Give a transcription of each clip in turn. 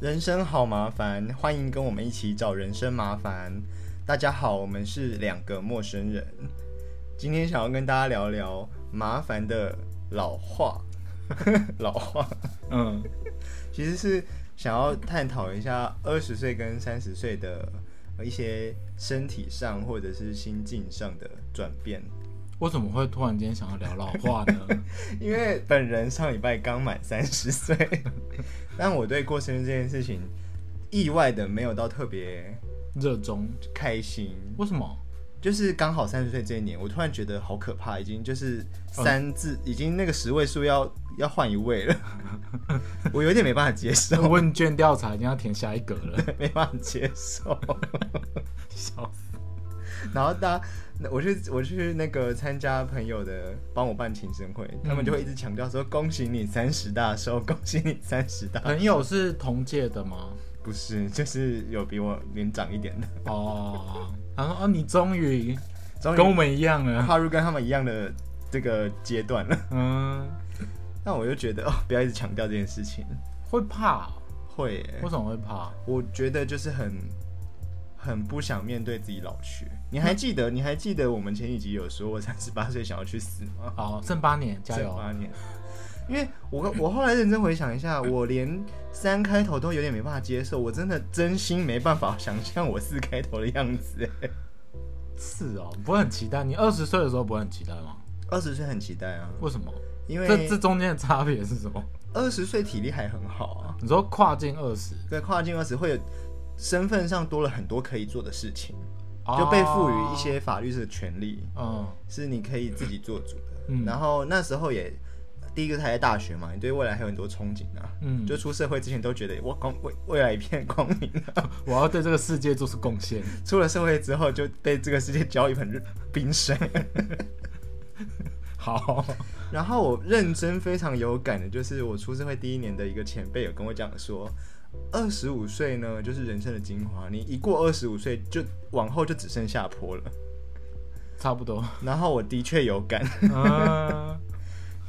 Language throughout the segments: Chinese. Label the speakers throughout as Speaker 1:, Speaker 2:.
Speaker 1: 人生好麻烦，欢迎跟我们一起找人生麻烦。大家好，我们是两个陌生人，今天想要跟大家聊聊麻烦的老化， 老化
Speaker 2: 嗯，
Speaker 1: 其实是想要探讨一下二十岁跟三十岁的一些身体上或者是心境上的转变，
Speaker 2: 我怎么会突然间想要聊老话 呢？
Speaker 1: 因为本人上礼拜刚满三十岁， 但我对过生日这件事情意外的没有到特别
Speaker 2: 热衷？
Speaker 1: 开心，
Speaker 2: 为什么？
Speaker 1: 就是刚好三十岁这一年，我突然觉得好可怕，已经就是
Speaker 2: 哦
Speaker 1: 三字，已经那个十位数要要换一位 了，我有点没办法接受，
Speaker 2: 问卷调查已经要填下一格 了，
Speaker 1: 没办法接受。
Speaker 2: 笑死！
Speaker 1: 然后大家，那我去我去那个参加朋友的帮我办庆生
Speaker 2: 嗯
Speaker 1: 会，他们就会一直强调说恭喜你三十大寿，恭喜你三十 大寿。
Speaker 2: 朋友是同届的吗？
Speaker 1: 不是，就是有比我年长一点的，
Speaker 2: 哦，他说哦，你终于
Speaker 1: 终于
Speaker 2: 跟我们一样了。
Speaker 1: 踏入跟他们一样的这个阶段了。
Speaker 2: 嗯，
Speaker 1: 那我就觉得哦，不要一直强调这件事情，
Speaker 2: 会怕哦？
Speaker 1: 会耶、
Speaker 2: 为什么会怕？
Speaker 1: 我觉得就是很很不想面对自己老去。你还记得？你还记得我们前几集有说我三十八岁想要去死吗？
Speaker 2: 好，剩八年，加
Speaker 1: 这
Speaker 2: 油！
Speaker 1: 八年。因为我我后来认真回想一 下，我连三开头都有点没办法接受，我真的真心没办法想象我四开头的样子。
Speaker 2: 是哦，不会很期待。你二十岁的时候不会很期待吗？
Speaker 1: 二十岁很期待啊，
Speaker 2: 为什么？
Speaker 1: 因
Speaker 2: 这
Speaker 1: 为
Speaker 2: 这中间的差别是什么？
Speaker 1: 二十岁体力还很好啊，
Speaker 2: 你说跨境二十，
Speaker 1: 对，跨境二十会有身份上多了很多可以做的事情，就被赋予一些法律的权利，
Speaker 2: 哦，
Speaker 1: 是你可以自己做主的。
Speaker 2: 嗯
Speaker 1: 然后那时候也第一个还在大学嘛，你对未来还有很多憧憬啊。
Speaker 2: 嗯嗯，
Speaker 1: 就出社会之前都觉得我光未未来一片光明啊，
Speaker 2: 我要对这个世界做出贡献。
Speaker 1: 出了社会之后就被这个世界浇一盆热 冰水。
Speaker 2: 好，
Speaker 1: 然后我认真非常有感的，就是我出社会第一年的一个前辈有跟我讲说，二十五岁呢就是人生的精华，你一过二十五岁就往后就只剩下坡了。
Speaker 2: 差不多。
Speaker 1: 然后我的确有感，
Speaker 2: 嗯，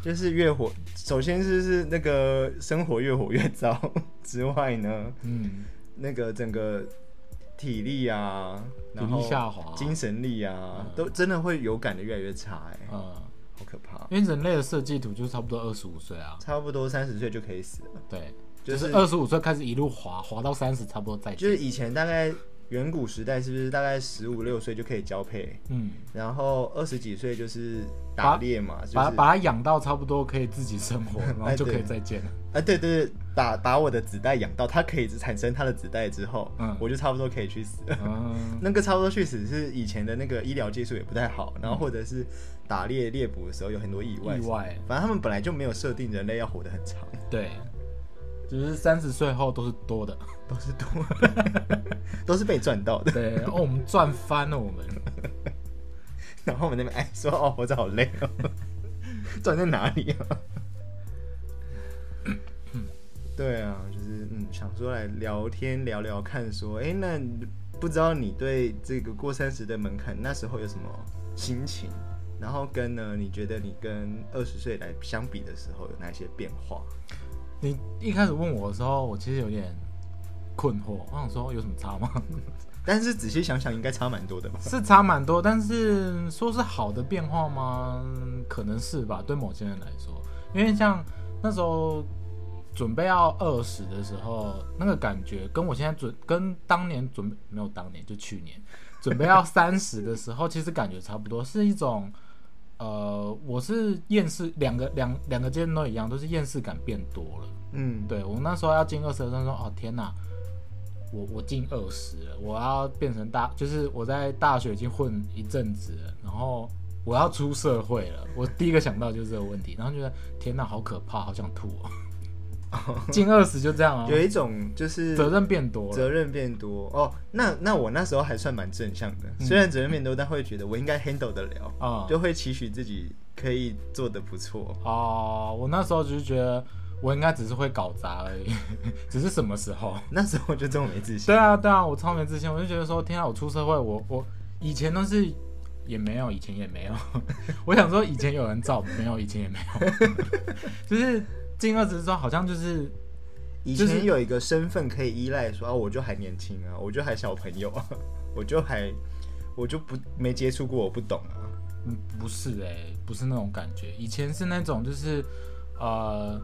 Speaker 1: 就是越活，首先就是那个生活越活越糟 之外呢，
Speaker 2: 嗯，
Speaker 1: 那个整个体力啊，
Speaker 2: 体
Speaker 1: 然后
Speaker 2: 力下滑，
Speaker 1: 精神力啊
Speaker 2: 嗯，
Speaker 1: 都真的会有感的越来越差、哎，
Speaker 2: 嗯，
Speaker 1: 好可怕。
Speaker 2: 因为人类的设计图就是差不多二十五岁啊，
Speaker 1: 差不多三十岁就可以死了，
Speaker 2: 对，
Speaker 1: 就
Speaker 2: 就是是二十五岁开始一路滑，滑到三十，差不多再
Speaker 1: 就是以前大概远古时代是不是大概十五六岁就可以交配，
Speaker 2: 嗯，
Speaker 1: 然后二十几岁就是打猎嘛，就是
Speaker 2: 把把它养到差不多可以自己 生活，然后就可以再见了。
Speaker 1: 啊，对对对，把把我的子代养到它可以产生它的子代之后，
Speaker 2: 嗯
Speaker 1: 我就差不多可以去死了。
Speaker 2: 嗯，
Speaker 1: 那个差不多去死是以前的那个医疗技术也不太好，然后或者是打猎猎捕的时候有很多意外。
Speaker 2: 意外，
Speaker 1: 反正他们本来就没有设定人类要活得很长，
Speaker 2: 对，就是三十岁后都是多的，
Speaker 1: 都是 多，都是被赚到的。
Speaker 2: 对，哦，我们赚翻了，我们
Speaker 1: 然后我们那边哎说哦，活着好累哦， 赚在哪里啊？ 对啊，就是嗯，想说来聊天聊聊看说，哎，那不知道你对这个过三十的门槛那时候有什么心情？然后跟呢，你觉得你跟二十岁来相比的时候有哪些变化？
Speaker 2: 你一开始问我的时候，我其实有点困惑，我想说有什么差吗？
Speaker 1: 但是仔细想想，应该差蛮多的吧？
Speaker 2: 是差蛮多，但是说是好的变化吗？嗯可能是吧，对某些人来说，因为像那时候准备要二十的时候，那个感觉跟我现在准跟当年准备没有当年就去年准备要三十的时候，其实感觉差不多，是一种呃，我是厌世两个两两个阶段都一样，都是厌世感变多了。
Speaker 1: 嗯，
Speaker 2: 对我那时候要进二十的时候说，哦天哪，我我进二十了，我要变成大，就是我在大学已经混一阵子了，然后我要出社会了，我第一个想到就是这个问题，然后觉得天哪，好可怕，好想吐哦。进二十就这样啊，
Speaker 1: 有一种就是
Speaker 2: 责任变多了，
Speaker 1: 责任变多哦。那那我那时候还算蛮正向的，
Speaker 2: 嗯
Speaker 1: 虽然责任变多，但会觉得我应该 handle 得了，
Speaker 2: 啊、
Speaker 1: 就会期许自己可以做得不错。
Speaker 2: 哦，我那时候只是觉得我应该只是会搞砸而已， 只是什么时候。
Speaker 1: 那时候就这么没自信，
Speaker 2: 对啊，对啊，我超没自信，我就觉得说，天啊，我出社会，我我以前都是也没有，以前也没有， 我想说以前 有人照，没有，以前也没有，就是进二十之后，好像就是
Speaker 1: 以
Speaker 2: 就是
Speaker 1: 前有一个身份可以依赖，说啊，我就还年轻啊，我就还小朋友啊， 我就还我就不没接触过，我不懂啊。
Speaker 2: 嗯，不是哎、不是那种感觉。以前是那种就是，呃，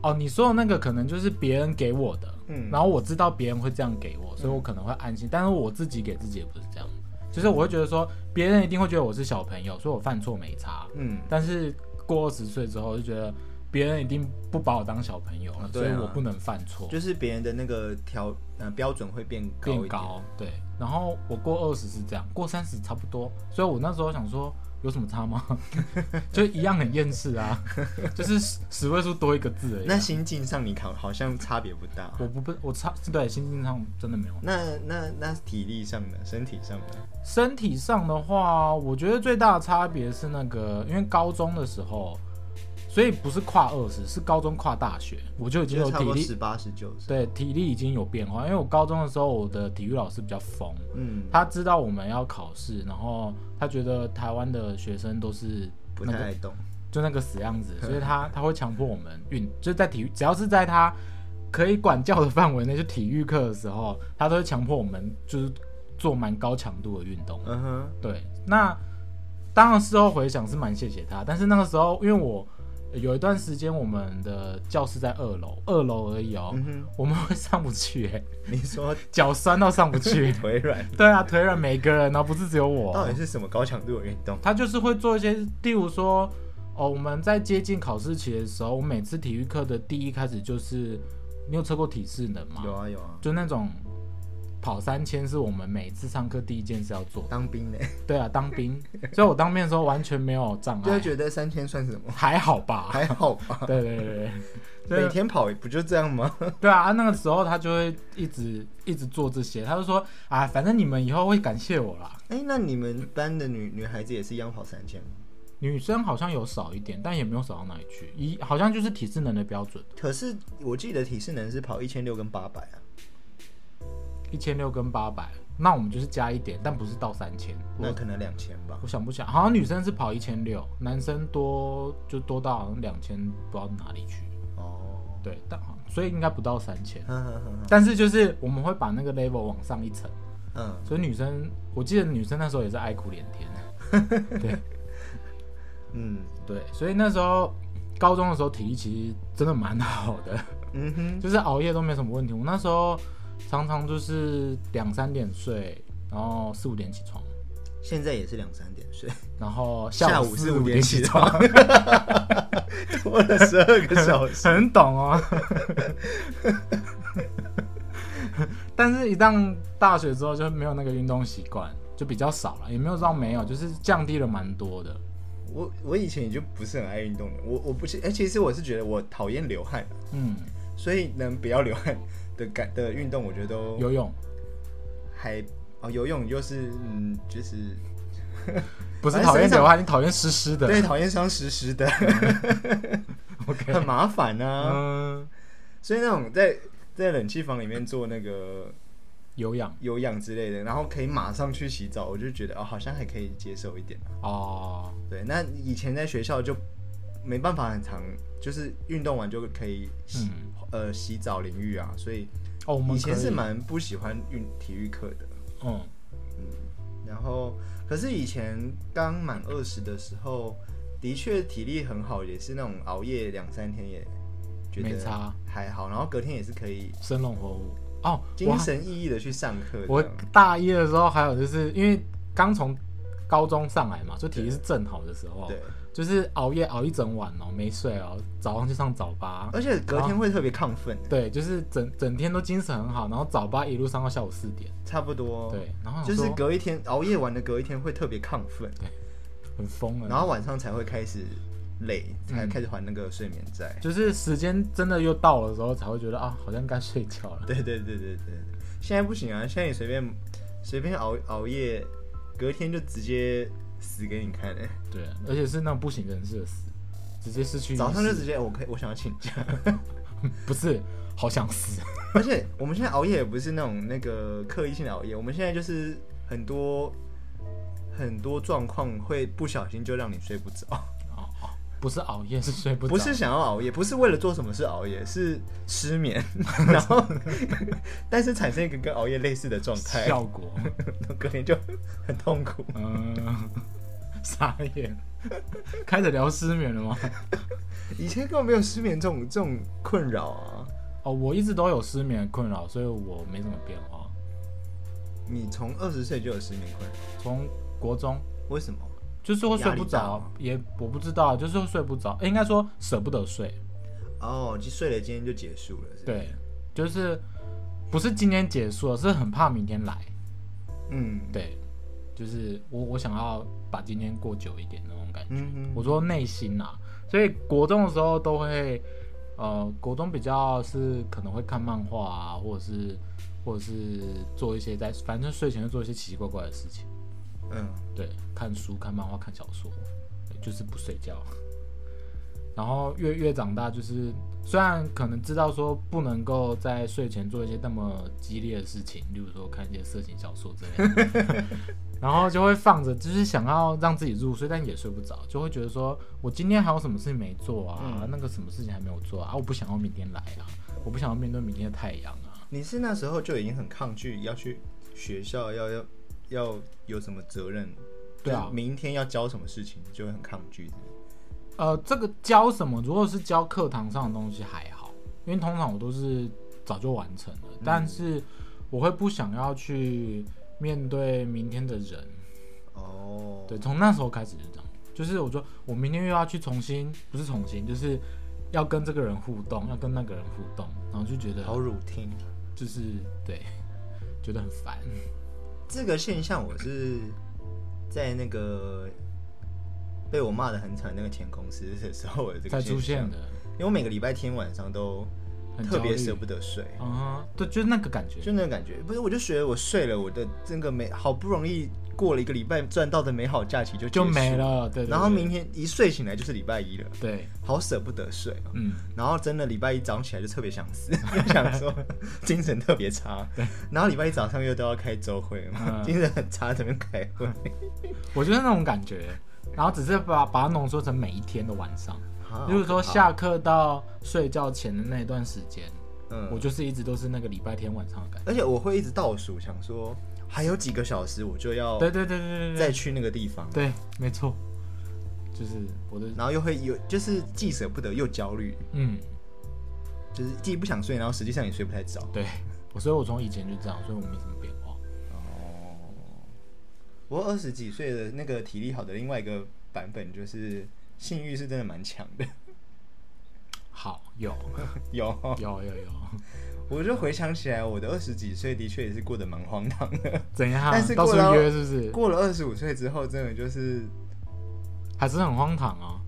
Speaker 2: 哦，你说的那个可能就是别人给我的，
Speaker 1: 嗯
Speaker 2: 然后我知道别人会这样给我，所以我可能会安心。但是我自己给自己也不是这样，就是我会觉得说，别人一定会觉得我是小朋友，所以我犯错没差。
Speaker 1: 嗯，
Speaker 2: 但是过二十岁之后，就觉得别人一定不把我当小朋友了，
Speaker 1: 啊
Speaker 2: 所
Speaker 1: 对
Speaker 2: 以
Speaker 1: 啊
Speaker 2: 我不能犯错，
Speaker 1: 就是别人的那个条呃标准会变高一
Speaker 2: 变
Speaker 1: 点。
Speaker 2: 高。对，然后我过二十是这样，过三十差不多，所以我那时候想说。有什么差吗？ 就一样很厌世啊， 就是十十位数多一个字而已啊、嗯
Speaker 1: 那心境上你考好像差别不大。
Speaker 2: 我不不，我差对心境上真的没有
Speaker 1: 那那那体力上的、身体上的，
Speaker 2: 身体上的话，我觉得最大的差别是那个，因为高中的时候，所以不是跨二十，是高中跨大学，我就已经
Speaker 1: 就
Speaker 2: 有
Speaker 1: 是差
Speaker 2: 体
Speaker 1: 不多
Speaker 2: 力，
Speaker 1: 十八、十九。
Speaker 2: 对体力已经有变化。因为我高中的时候，我的体育老师比较疯，
Speaker 1: 嗯，
Speaker 2: 他知道我们要考试，然后他觉得台湾的学生都是
Speaker 1: 不
Speaker 2: 那
Speaker 1: 太
Speaker 2: 个
Speaker 1: 爱动。
Speaker 2: 就那个死样子，所以他他会强迫我们运，就是在体育，只要是在他可以管教的范围内，就体育课的时候，他都会强迫我们就是做蛮高强度的运动。
Speaker 1: 嗯哼，
Speaker 2: 对，那当然事后回想是蛮谢谢他，但是那个时候因为我有一段时间我们的教室在二楼，二楼而已哦，
Speaker 1: 嗯哼，
Speaker 2: 我们会上不去、欸，
Speaker 1: 你说。
Speaker 2: 脚酸到上不 去
Speaker 1: 腿 软，
Speaker 2: 对啊，腿软每个人哦，不是只有我
Speaker 1: 到
Speaker 2: 哦。
Speaker 1: 底是什么高强度的运动？
Speaker 2: 他就是会做一些，例如说，哦，我们在接近考试期的时候，我每次体育课的第一开始就是，你有测过体适能吗？
Speaker 1: 有啊有啊，
Speaker 2: 就那种跑三千是我们每次上课第一件事要 做的。
Speaker 1: 当兵 呢，
Speaker 2: 对啊，当兵，所以我当兵的时候完全没有障
Speaker 1: 就会
Speaker 2: 碍，
Speaker 1: 觉得三千算什么？
Speaker 2: 还好吧？
Speaker 1: 还好吧，
Speaker 2: 对对 对哎 对，啊
Speaker 1: 每
Speaker 2: 对
Speaker 1: 天跑不就这样吗？
Speaker 2: 对啊，那个时候他就会一直一直做这些，他就说啊，反正你们以后会感谢我啦。
Speaker 1: 哎、那你们班的女女孩子也是一样跑三千吗？
Speaker 2: 女生好像有少一点，但也没有少到哪里去，一好像就是体适能的标准，
Speaker 1: 可是我记得体适能是跑一千六跟八百啊，
Speaker 2: 一千六跟八百，那我们就是加一点，但不是到三千。
Speaker 1: 那
Speaker 2: 我
Speaker 1: 可能两千吧
Speaker 2: 我。想不起来，好像女生是跑一千六，男生多就多到好像两千，不知道哪里去。
Speaker 1: 哦， 嗯
Speaker 2: 对，但好所以应该不到三千。
Speaker 1: 呵呵呵呵
Speaker 2: 但是就是我们会把那个 level 往上一层，
Speaker 1: 嗯，
Speaker 2: 所以女生，我记得女生那时候也是哀哭连天。对
Speaker 1: 嗯
Speaker 2: 对，所以那时候高中的时候体力其实真的蛮好的，
Speaker 1: 嗯哼，
Speaker 2: 就是熬夜都没什么问题。我那时候常常就是两三点睡，然后四五点起床，
Speaker 1: 现在也是两三点 睡，
Speaker 2: 然后
Speaker 1: 下
Speaker 2: 午
Speaker 1: 午
Speaker 2: 四
Speaker 1: 四五
Speaker 2: 点
Speaker 1: 点
Speaker 2: 起
Speaker 1: 起床，多了十二个小时。
Speaker 2: 很懂哦。但是，一旦大学之后就没有那个运动习惯，就比较少了，也没有到没有，就是降低了蛮多的。
Speaker 1: 我我以前也就不是很爱运动的，我我不是，哎、其实我是觉得我讨厌流汗啊，
Speaker 2: 嗯，
Speaker 1: 所以能不要流汗的感的运动，我觉得都
Speaker 2: 游泳
Speaker 1: 还哦，游泳就是嗯，就是
Speaker 2: 不是
Speaker 1: 反正
Speaker 2: 讨厌
Speaker 1: 身上
Speaker 2: 流汗，你讨厌湿湿的。
Speaker 1: 对讨厌伤湿湿的，
Speaker 2: ，OK，
Speaker 1: 很麻烦啊。
Speaker 2: 嗯，
Speaker 1: 所以那种在在冷气房里面做那个
Speaker 2: 有氧
Speaker 1: 有氧之类的，然后可以马上去洗澡，我就觉得哦，好像还可以接受一点啊。
Speaker 2: 哦，
Speaker 1: 对，那以前在学校就没办法很长，就是运动完就可以洗、
Speaker 2: 嗯
Speaker 1: 呃洗澡淋浴啊，所以
Speaker 2: 哦，我们
Speaker 1: 以前
Speaker 2: 可
Speaker 1: 是
Speaker 2: 以
Speaker 1: 蛮不喜欢运体育课的。
Speaker 2: 嗯，
Speaker 1: 然后，可是以前刚满二十的时候，的确体力很好，也是那种熬夜两三天也觉
Speaker 2: 没
Speaker 1: 得
Speaker 2: 差，
Speaker 1: 还好，然后隔天也是可以
Speaker 2: 生龙活虎哦。我
Speaker 1: 精
Speaker 2: 还
Speaker 1: 神奕奕的去上课这
Speaker 2: 我
Speaker 1: 样。
Speaker 2: 大一的时候还有就是因为刚从高中上来嘛，所以体力是正好的时候。
Speaker 1: 对，
Speaker 2: 就是熬夜熬一整晚哦，没睡哦，早上去上早八，
Speaker 1: 而且隔天会特别亢奋，
Speaker 2: 啊对，就是整整天都精神很好，然后早八一路上到下午四点，
Speaker 1: 差不多。，
Speaker 2: 对，然后想
Speaker 1: 哦就是
Speaker 2: 说
Speaker 1: 隔一天熬夜完的隔一天会特别亢奋，
Speaker 2: 很疯了，
Speaker 1: 然后晚上才会开始累，才
Speaker 2: 嗯
Speaker 1: 开始还那个睡眠债。
Speaker 2: 就是时间真的又到了的时候才会觉得啊，好像该睡觉了，
Speaker 1: 对对对对对，对现在不行啊！现在你随便随便熬熬夜，隔天就直接死给你看哎、
Speaker 2: 对，而且是那种不省人事的死，直接失去意识
Speaker 1: 早上就直接我可以我想要请假，
Speaker 2: 不是好想死，
Speaker 1: 而且我们现在熬夜也不是那种那个刻意性的熬夜，我们现在就是很多很多状况会不小心就让你睡不着，
Speaker 2: 哦哦不是熬夜，是睡不着。
Speaker 1: 不是想要熬夜，不是为了做什么事熬夜，是失 眠，然后 但是产生一个跟熬夜类似的状态，
Speaker 2: 效果，
Speaker 1: 隔天就很痛苦。
Speaker 2: 嗯、 傻眼，开始聊失眠了吗？
Speaker 1: 以前根本没有失眠这种这种困扰啊。
Speaker 2: 哦，我一直都有失眠困扰，所以我没什么变化。
Speaker 1: 你从二十岁就有失眠困扰，
Speaker 2: 从国中
Speaker 1: 为什么？
Speaker 2: 就是会睡不
Speaker 1: 压力大
Speaker 2: 着
Speaker 1: 吗，
Speaker 2: 也我不知道，就是会睡不着，应该说舍不得睡。
Speaker 1: 哦，就睡了，今天就结束了。是不是，
Speaker 2: 对，就是不是今天结束了，是很怕明天来。
Speaker 1: 嗯，
Speaker 2: 对，就是我我想要把今天过久一点那种感觉。
Speaker 1: 嗯嗯，
Speaker 2: 我说内心啊，所以国中的时候都会，呃，国中比较是可能会看漫画啊，或者是或者是做一些在反正睡前就做一些奇奇怪怪的事情。
Speaker 1: 嗯，
Speaker 2: 对，看书、看漫画、看小说，对就是不睡觉。然后越越长大，就是虽然可能知道说不能够在睡前做一些那么激烈的事情，例如说看一些色情小说之类的， 然后就会放着，就是想要让自己入睡，但也睡不着，就会觉得说我今天还有什么事情没做啊，
Speaker 1: 嗯
Speaker 2: 那个什么事情还没有做啊，我不想要明天来啊，我不想要面对明天的太阳啊。
Speaker 1: 你是那时候就已经很抗拒要去学校，要要要有什么责任？
Speaker 2: 对啊
Speaker 1: 就是明天要交什么事情，就会很抗拒。
Speaker 2: 呃，这个教什么？如果是教课堂上的东西还好，因为通常我都是早就完成了，但是我会不想要去面对明天的人。
Speaker 1: 哦，
Speaker 2: 对，从那时候开始就这样，就是我说我明天又要去重新，不是重新，就是要跟这个人互动，要跟那个人互动，然后就觉得
Speaker 1: 好 routine。
Speaker 2: 就是对，觉得很烦。
Speaker 1: 这个现象我是在那个被我骂的很惨那个前公司的时候，我有这
Speaker 2: 才
Speaker 1: 个
Speaker 2: 出现
Speaker 1: 象
Speaker 2: 的，
Speaker 1: 因为我每个礼拜天晚上都
Speaker 2: 很
Speaker 1: 特别
Speaker 2: 是
Speaker 1: 舍不得睡，
Speaker 2: 嗯哼，对，就是那个感觉，
Speaker 1: 就那种感觉。不是，我就觉得我睡了，我的这个美好不容易过了一个礼拜赚到的美好假期就
Speaker 2: 就
Speaker 1: 结束
Speaker 2: 没。了。对对
Speaker 1: 然后
Speaker 2: 对
Speaker 1: 明天一睡醒来就是礼拜一了，
Speaker 2: 对，
Speaker 1: 好舍不得睡哦。
Speaker 2: 嗯，
Speaker 1: 然后真的礼拜一早上起来就特别想死， 就想说精神特别差。然后礼拜一早上又都要开周会嘛，
Speaker 2: 嗯
Speaker 1: 精神很差，怎么开会？
Speaker 2: 我就是那种感觉，然后只是把把它浓缩成每一天的晚上，
Speaker 1: 啊
Speaker 2: 就是说，
Speaker 1: 好
Speaker 2: 下课到睡觉前的那一段时间，
Speaker 1: 可怕嗯，
Speaker 2: 我就是一直都是那个礼拜天晚上的感觉。
Speaker 1: 而且我会一直倒数，想说还有几个小时我就要
Speaker 2: 对对对对对
Speaker 1: 再
Speaker 2: 对，
Speaker 1: 去那个地方，
Speaker 2: 对，没错，就是我的，
Speaker 1: 然后又会有就是既舍不得又焦虑，
Speaker 2: 嗯，
Speaker 1: 就是既不想睡，然后实际上也睡不太着。
Speaker 2: 对，我所以我从以前就这样，所以我没什么变化。
Speaker 1: 哦，我二十几岁的那个体力好的另外一个版本就是性欲是真的蛮强的，
Speaker 2: 好，有
Speaker 1: 有。
Speaker 2: 有有 有，
Speaker 1: 我就回想起来，我的二十几岁的确也是过得蛮荒唐的。
Speaker 2: 怎样
Speaker 1: 但是？
Speaker 2: 到
Speaker 1: 过
Speaker 2: 处
Speaker 1: 了
Speaker 2: 约是不是？
Speaker 1: 过了二十五岁之后，真的就是
Speaker 2: 还是很荒唐啊！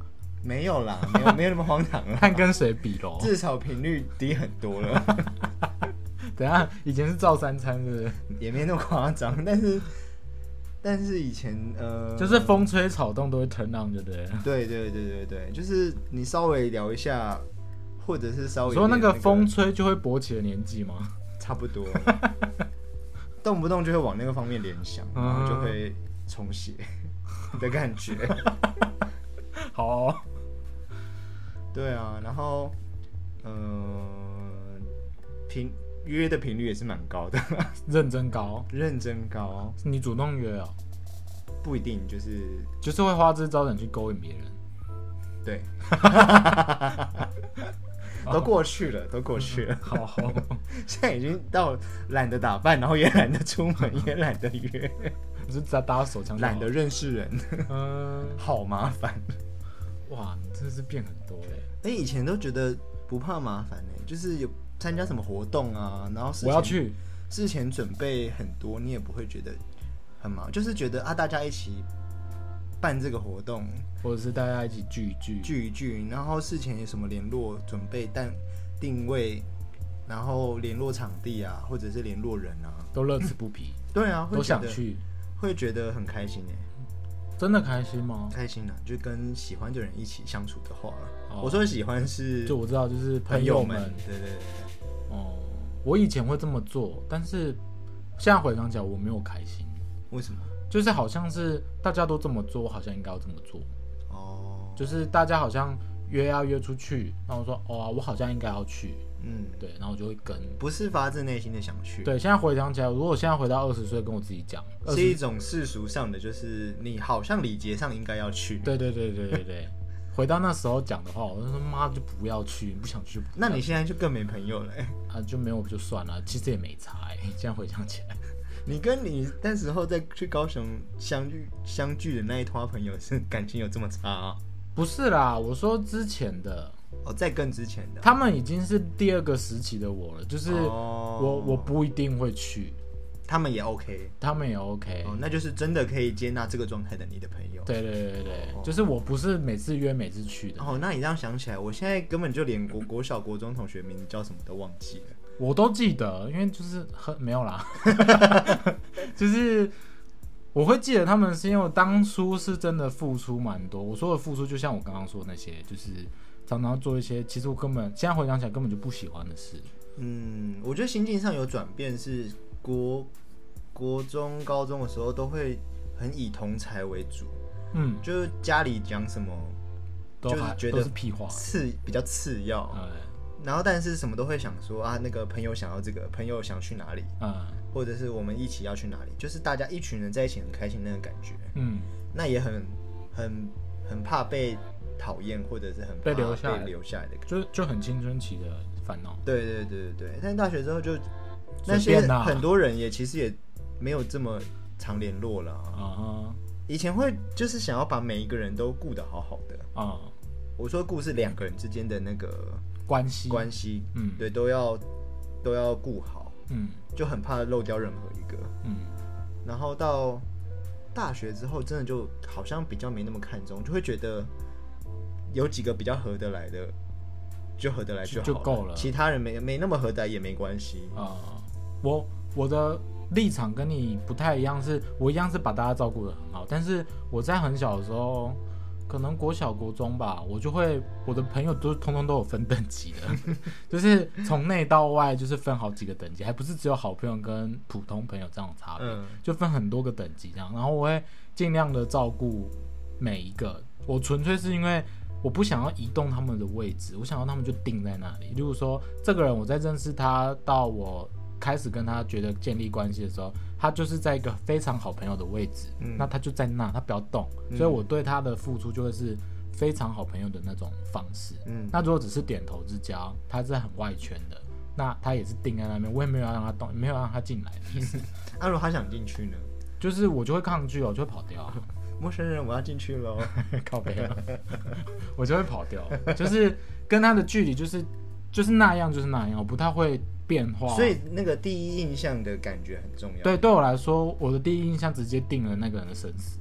Speaker 1: 没有啦，没 有没有那么荒唐了，
Speaker 2: 看跟谁 比咯？
Speaker 1: 至少频率低很多了，
Speaker 2: 等一下以前是照三餐是不是？
Speaker 1: 也没那么夸张。但是但是以前呃，
Speaker 2: 就是风吹草动都会 turn on，对不对了？
Speaker 1: 对对对对对，就是你稍微聊一下，或者是稍微
Speaker 2: 你说那
Speaker 1: 有点
Speaker 2: 个风吹就会勃起的年纪吗？
Speaker 1: 差不多，动不动就会往那个方面联想，
Speaker 2: 嗯
Speaker 1: 然后就会重写的感 觉。
Speaker 2: 好哦、
Speaker 1: 对啊，然后嗯、频约的频率也是蛮高的，
Speaker 2: 认真高，
Speaker 1: 认真高，
Speaker 2: 你主动约哦，
Speaker 1: 不一定就是
Speaker 2: 就是会花枝招展去勾引别人。
Speaker 1: 对，都过去了，都过去了，
Speaker 2: 好好，嗯
Speaker 1: 现在已经到懒得打扮，然后也懒得出
Speaker 2: 嗯
Speaker 1: 门，也懒得约，
Speaker 2: 你是打打手枪就好
Speaker 1: 懒得。认识 人，
Speaker 2: 嗯，
Speaker 1: 好麻烦。
Speaker 2: 哇，你真的是变很多
Speaker 1: 哎、
Speaker 2: 哎。
Speaker 1: 以前都觉得不怕麻烦呢、就是有参加什么活动啊，然后事
Speaker 2: 我要
Speaker 1: 前
Speaker 2: 去，
Speaker 1: 事前准备很多，你也不会觉得很忙，就是觉得啊，大家一起办这个活动
Speaker 2: 或者是大家一起聚一聚。
Speaker 1: 聚一聚，然后事前有什么联络准备，但定位，然后联络场地啊，或者是联络人啊，
Speaker 2: 都乐此不疲，
Speaker 1: 对啊，会
Speaker 2: 都
Speaker 1: 觉
Speaker 2: 想
Speaker 1: 得
Speaker 2: 去，
Speaker 1: 会觉得很开心哎、
Speaker 2: 真的开心吗
Speaker 1: 很？开心啊，就跟喜欢的人一起相处的话，
Speaker 2: 哦
Speaker 1: 我说喜欢是
Speaker 2: 就我知道，就是
Speaker 1: 朋
Speaker 2: 朋
Speaker 1: 友
Speaker 2: 友
Speaker 1: 们
Speaker 2: 们，。
Speaker 1: 对对对对，
Speaker 2: 哦，我以前会这么做，但是现在回想起来，我没有开心，
Speaker 1: 为什么？
Speaker 2: 就是好像是大家都这么做，我好像应该要这么做。
Speaker 1: 哦，
Speaker 2: 就是大家好像约要约出去，然后我说哦，我好像应该要去，
Speaker 1: 嗯，
Speaker 2: 对，然后我就会跟。
Speaker 1: 不是发自内心的想去，
Speaker 2: 对，现在回想起来，如果现在回到二十岁，跟我自己讲，二
Speaker 1: 是
Speaker 2: 十
Speaker 1: 一种世俗上的，就是你好像礼节上应该要去。
Speaker 2: 对对对对对对，回到那时候讲的话，我就说妈就不要去，不想去不要去。
Speaker 1: 那你现在就更没朋友了、 欸
Speaker 2: 啊就没有就算了，其实也没差、欸。现在回想起来，
Speaker 1: 你跟你那时候在去高雄相遇相聚的那一团朋友，是感情有这么差啊？
Speaker 2: 不是啦，我说之前的，
Speaker 1: 哦，在更之前的啊，
Speaker 2: 他们已经是第二个时期的我了，就是我、
Speaker 1: 哦
Speaker 2: 我不一定会去，
Speaker 1: 他们也 OK，
Speaker 2: 他们也 OK。
Speaker 1: 哦，那就是真的可以接纳这个状态的你的朋友。
Speaker 2: 对对对对对，
Speaker 1: 哦
Speaker 2: 就是我不是每次约每次去的，
Speaker 1: 哦，那你这样想起来，我现在根本就连国国小、国中同学名字叫什么都忘记了。
Speaker 2: 我都记得，因为就是很没有啦， 就是我会记得他们是因为我当初是真的付出蛮多。我说的付出，就像我刚刚说的那些，就是常常做一些其实我根本现在回想起来根本就不喜欢的事。
Speaker 1: 嗯，我觉得心境上有转变是国国中、高中的时候都会很以同才为主，
Speaker 2: 嗯，
Speaker 1: 就是家里讲什么
Speaker 2: 都
Speaker 1: 就是
Speaker 2: 还
Speaker 1: 觉得
Speaker 2: 都是屁话。
Speaker 1: 次比较次要，
Speaker 2: 嗯
Speaker 1: 然后但是什么都会想说啊，那个朋友想要这个，朋友想去哪里，
Speaker 2: 嗯
Speaker 1: 或者是我们一起要去哪里，就是大家一群人在一起很开心那个感觉，
Speaker 2: 嗯，
Speaker 1: 那也很很很怕被讨厌，或者是很怕
Speaker 2: 被留下来
Speaker 1: 被留下来的感觉。
Speaker 2: 就就很青春期的烦恼。
Speaker 1: 对对对对对，但大学之后就那
Speaker 2: 随
Speaker 1: 些
Speaker 2: 便啦
Speaker 1: 很多人也其实也没有这么常联络了啊、
Speaker 2: 啊
Speaker 1: 以前会就是想要把每一个人都顾得好好的。
Speaker 2: 哈啊，
Speaker 1: 我说顾是两个人之间的那个
Speaker 2: 关系
Speaker 1: 关系，
Speaker 2: 嗯
Speaker 1: 对，都要都要顾好，
Speaker 2: 嗯
Speaker 1: 就很怕漏掉任何一个。
Speaker 2: 嗯
Speaker 1: 然后到大学之后，真的就好像比较没那么看重，就会觉得有几个比较合得来的，就合得来
Speaker 2: 就
Speaker 1: 好
Speaker 2: 就够了
Speaker 1: 其他人没没那么合得来也没关系。
Speaker 2: 啊，我我的立场跟你不太一样是，我一样是把大家照顾的很好，但是我在很小的时候，可能国小国中吧，我就会我的朋友都通通都有分等级的， 就是从内到外就是分好几个等级，还不是只有好朋友跟普通朋友这样的差别。
Speaker 1: 嗯，
Speaker 2: 就分很多个等级这样，然后我会尽量的照顾每一个。我纯粹是因为我不想要移动他们的位置，我想要他们就定在那里。例如说，这个人我在认识他到我开始跟他觉得建立关系的时候，他就是在一个非常好朋友的位置，
Speaker 1: 嗯
Speaker 2: 那他就在那，他不要动。
Speaker 1: 嗯
Speaker 2: 所以我对他的付出就会是非常好朋友的那种方式。
Speaker 1: 嗯
Speaker 2: 那如果只是点头之交，他是很外圈的，那他也是定在那边，我也没有要让他动，没有让他进来的意思。
Speaker 1: 那、如果他想进去呢？
Speaker 2: 就是我就会抗拒哦，我就会跑掉，
Speaker 1: 陌生人，我要进去喽。
Speaker 2: 靠背啊， 我就会跑掉，就是跟他的距离就是就是那样，就是那样，我不太会变化。
Speaker 1: 所以那个第一印象的感觉很重要，，
Speaker 2: 对对我来说，我的第一印象直接定了那个人的生死，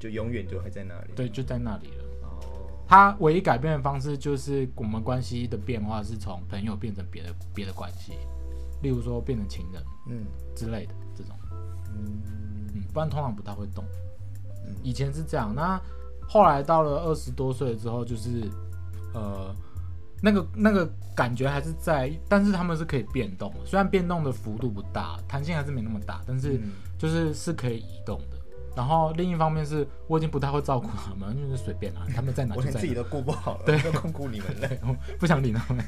Speaker 1: 就永远都会在那里。，
Speaker 2: 对，就在那里了。
Speaker 1: 哦，
Speaker 2: 他唯一改变的方式就是我们关系的变化是从朋友变成别的别的关系，例如说变成情人
Speaker 1: 嗯
Speaker 2: 之类的这种。
Speaker 1: 嗯
Speaker 2: 嗯，不然通常不太会动
Speaker 1: 嗯。
Speaker 2: 以前是这样，那后来到了二十多岁之后，就是呃，那个那个感觉还是在，但是他们是可以变动的，虽然变动的幅度不大，弹性还是没那么大，但是
Speaker 1: 嗯
Speaker 2: 就是是可以移动的。然后另一方面是我已经不太会照顾他们，就是随便啦、他们在哪
Speaker 1: 我
Speaker 2: 就
Speaker 1: 连
Speaker 2: 在
Speaker 1: 自己
Speaker 2: 哪，
Speaker 1: 都顾不好了，
Speaker 2: 对
Speaker 1: 都控顾你们了。
Speaker 2: 我 不想理他们，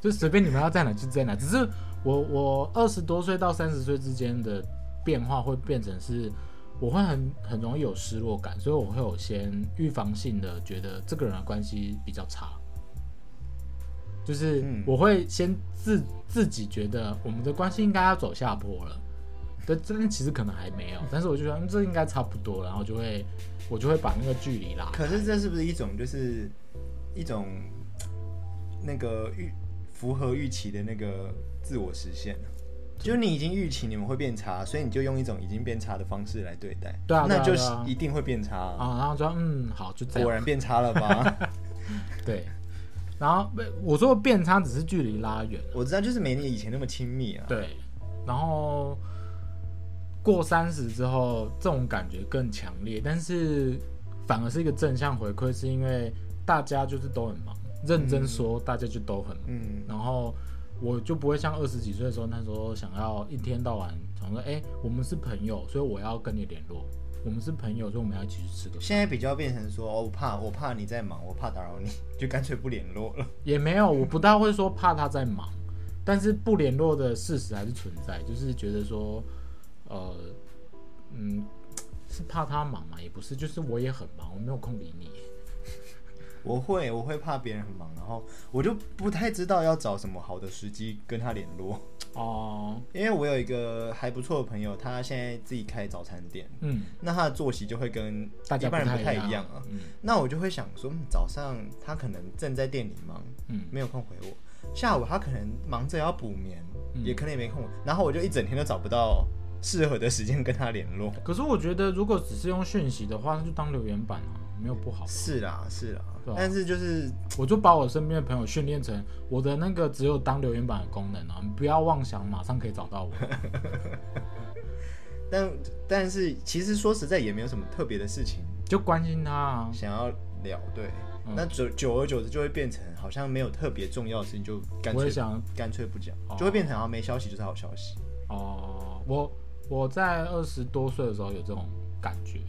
Speaker 2: 就随便你们要在哪就在哪。只是我我二十多岁到三十岁之间的变化会变成是，我会很很容易有失落感，所以我会有先预防性的觉得这个人的关系比较差，就是
Speaker 1: 嗯
Speaker 2: 我会先自自己觉得我们的关系应该要走下坡了。对，这边其实可能还没有，但是我就觉得嗯这应该差不多，然后就会我就会把那个距离拉
Speaker 1: 可是这是不是一种就是一种那个预符合预期的那个自我实现啊呢、就是你已经预期你们会变差，所以你就用一种已经变差的方式来对待，
Speaker 2: 对啊对啊
Speaker 1: 那就是
Speaker 2: 对啊
Speaker 1: 一定会变差、啊。
Speaker 2: 啊，然后就嗯好就这样
Speaker 1: 果，然变差了吧？
Speaker 2: 对，然后不我说的变差只是距离拉远，
Speaker 1: 我知道，就是没你以前那么亲密啊。
Speaker 2: 对，然后过三十之后，这种感觉更强烈，但是反而是一个正向回馈，是因为大家就是都很忙，认真说，大家就都很忙，
Speaker 1: 嗯
Speaker 2: 然后我就不会像二十几岁的时候那时候想要一天到晚想说，哎、我们是朋友，所以我要跟你联络；我们是朋友，所以我们要一起去吃个饭。
Speaker 1: 现在比较变成说，哦，我怕我怕你在忙，我怕打扰你， 就干脆不联络了。
Speaker 2: 也没有，我不大会说怕他在忙，但是不联络的事实还是存在，就是觉得说，呃，嗯，是怕他忙嘛，也不是，就是我也很忙，我没有空理你。
Speaker 1: 我会我会怕别人很忙，然后我就不太知道要找什么好的时机跟他联络。
Speaker 2: 哦、
Speaker 1: 因为我有一个还不错的朋友，他现在自己开早餐店，
Speaker 2: 嗯，
Speaker 1: 那他的作息就会跟
Speaker 2: 大
Speaker 1: 一
Speaker 2: 家
Speaker 1: 般人不
Speaker 2: 太
Speaker 1: 太一样
Speaker 2: 样
Speaker 1: 啊。
Speaker 2: 嗯
Speaker 1: 那我就会想说，嗯早上他可能正在店里忙，
Speaker 2: 嗯，
Speaker 1: 没有空回我；下午他可能忙着要补眠，
Speaker 2: 嗯
Speaker 1: 也可能也没空。然后我就一整天都找不到适合的时间跟他联络。
Speaker 2: 可是我觉得如果只是用讯息的话，那就当留言板啊，没有不好。
Speaker 1: 是啦，是啦，
Speaker 2: 对啊
Speaker 1: 但是就是
Speaker 2: 我就把我身边的朋友训练成我的那个只有当留言板的功能啊，你不要妄想马上可以找 到我。
Speaker 1: 但但是其实说实在也没有什么特别的事情
Speaker 2: 就关心他啊。
Speaker 1: 想要聊，对。
Speaker 2: 嗯
Speaker 1: 那久久而久之就会变成好像没有特别重要的事情，就干
Speaker 2: 我
Speaker 1: 脆
Speaker 2: 也想
Speaker 1: 干脆不讲
Speaker 2: 哦，
Speaker 1: 就会变成好像没消息就是好消息。
Speaker 2: 哦、我我在二十多岁的时候有这种感觉，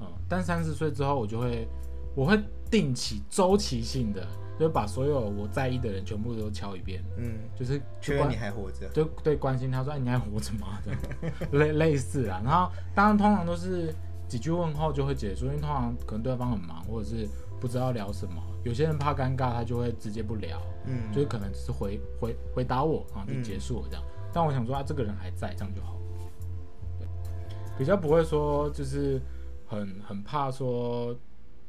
Speaker 2: 嗯，但三十岁之后我就会，我会定期周期性的，就把所有我在意的人全部都敲一遍，
Speaker 1: 嗯，
Speaker 2: 就是
Speaker 1: 确
Speaker 2: 就
Speaker 1: 认
Speaker 2: 关
Speaker 1: 你还活着。
Speaker 2: 就对关心他说：“哎，你还活着吗？”这样 类类似啊。然后当然通常都是几句问候就会结束，因为通常可能对方很忙，或者是不知道聊什么。有些人怕尴尬，他就会直接不聊，
Speaker 1: 嗯，
Speaker 2: 就是可能只是回回回答我，然后就结束了这样。但我想说啊，这个人还在，这样就好。对，比较不会说就是很很怕说，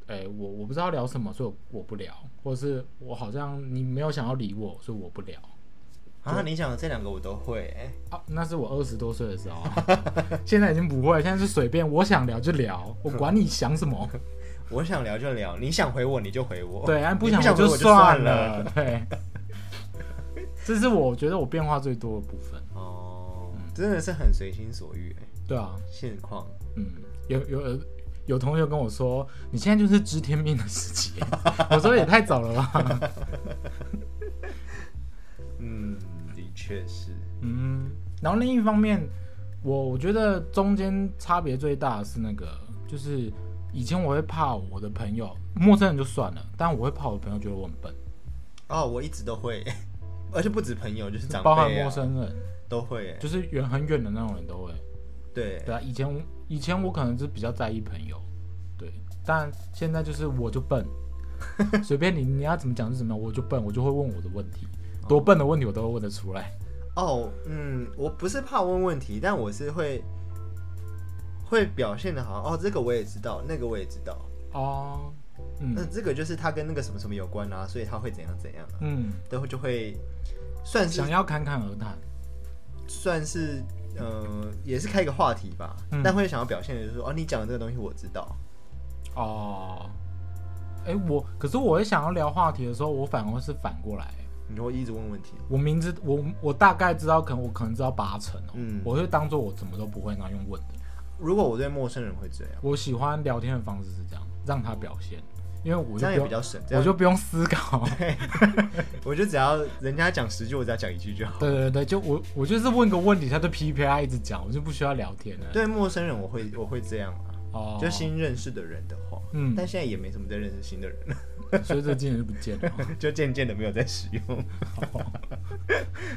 Speaker 2: 哎、我我不知道聊什么，所以我不聊，或者是我好像你没有想要理我，所以我不聊。
Speaker 1: 啊，你讲的这两个我都会、欸。
Speaker 2: 啊，那是我二十多岁的时候啊， 现在已经不会，现在是随便，我想聊就聊，我管你想什么，
Speaker 1: 我想聊就聊，你想回我你就回我。
Speaker 2: 对，啊，
Speaker 1: 你
Speaker 2: 不
Speaker 1: 不想
Speaker 2: 回
Speaker 1: 回我就
Speaker 2: 算
Speaker 1: 算了
Speaker 2: 对，这是我觉得我变化最多的部分，
Speaker 1: 哦，真的是很随心所欲哎、
Speaker 2: 对啊，
Speaker 1: 现况。
Speaker 2: 嗯，有有有同学跟我说，你现在就是知天命的时期，我说也太早了吧，
Speaker 1: 嗯，的确是。
Speaker 2: 嗯，然后另一方面，我我觉得中间差别最大的是那个，就是以前我会怕我的朋友，陌生人就算了，但我会怕我的朋友觉得我很笨。
Speaker 1: 哦，我一直都会、 欸而且不止朋友，就是长
Speaker 2: 包含
Speaker 1: 辈
Speaker 2: 陌
Speaker 1: 啊，
Speaker 2: 生人，
Speaker 1: 都会、欸。
Speaker 2: 就是远很远的那种人都会。
Speaker 1: 对，
Speaker 2: 对啊，以前以前我可能是比较在意朋友，对，但现在就是我 就笨，随便你你要怎么讲就怎么样，我就笨，我就会问我的问题，多笨的问题我都会问得出来。
Speaker 1: 哦，嗯，我不是怕问问题，但我是会会表现的好像哦，这个我也知道，那个我也知道，
Speaker 2: 哦，嗯
Speaker 1: 那这个就是他跟那个什么什么有关啊，所以他会怎样怎样啊，
Speaker 2: 嗯，
Speaker 1: 然后就会算是
Speaker 2: 想要侃侃而谈，
Speaker 1: 算是呃，也是开一个话题吧，
Speaker 2: 嗯
Speaker 1: 但会想要表现的就是说，哦，你讲的这个东西我知道，
Speaker 2: 哦，哎，我可是我会想要聊话题的时候，我反而是反过来。
Speaker 1: 你就会一直问问题。
Speaker 2: 我明知我我大概知道，可能我可能知道八成哦，
Speaker 1: 嗯
Speaker 2: 我会当做我怎么都不会，然后用问的。
Speaker 1: 如果我对陌生人会这样，
Speaker 2: 我喜欢聊天的方式是这样，让他表现，因为我
Speaker 1: 这
Speaker 2: 就
Speaker 1: 样
Speaker 2: 不
Speaker 1: 也
Speaker 2: 用
Speaker 1: 比较省，这
Speaker 2: 我
Speaker 1: 样
Speaker 2: 就不用 思考。
Speaker 1: 我就只要人家讲十句，我只要讲一句 就好。
Speaker 2: 对对对，就我我就是问个问题，他就噼噼啪啦一直讲，我就不需要聊天了。
Speaker 1: 对陌生人我会我会这样啊，
Speaker 2: 哦，
Speaker 1: 就新认识的人的话，
Speaker 2: 嗯，
Speaker 1: 但现在也没什么在认识新的人 了，
Speaker 2: 随着进就不见了。
Speaker 1: 就渐渐的没有在使用。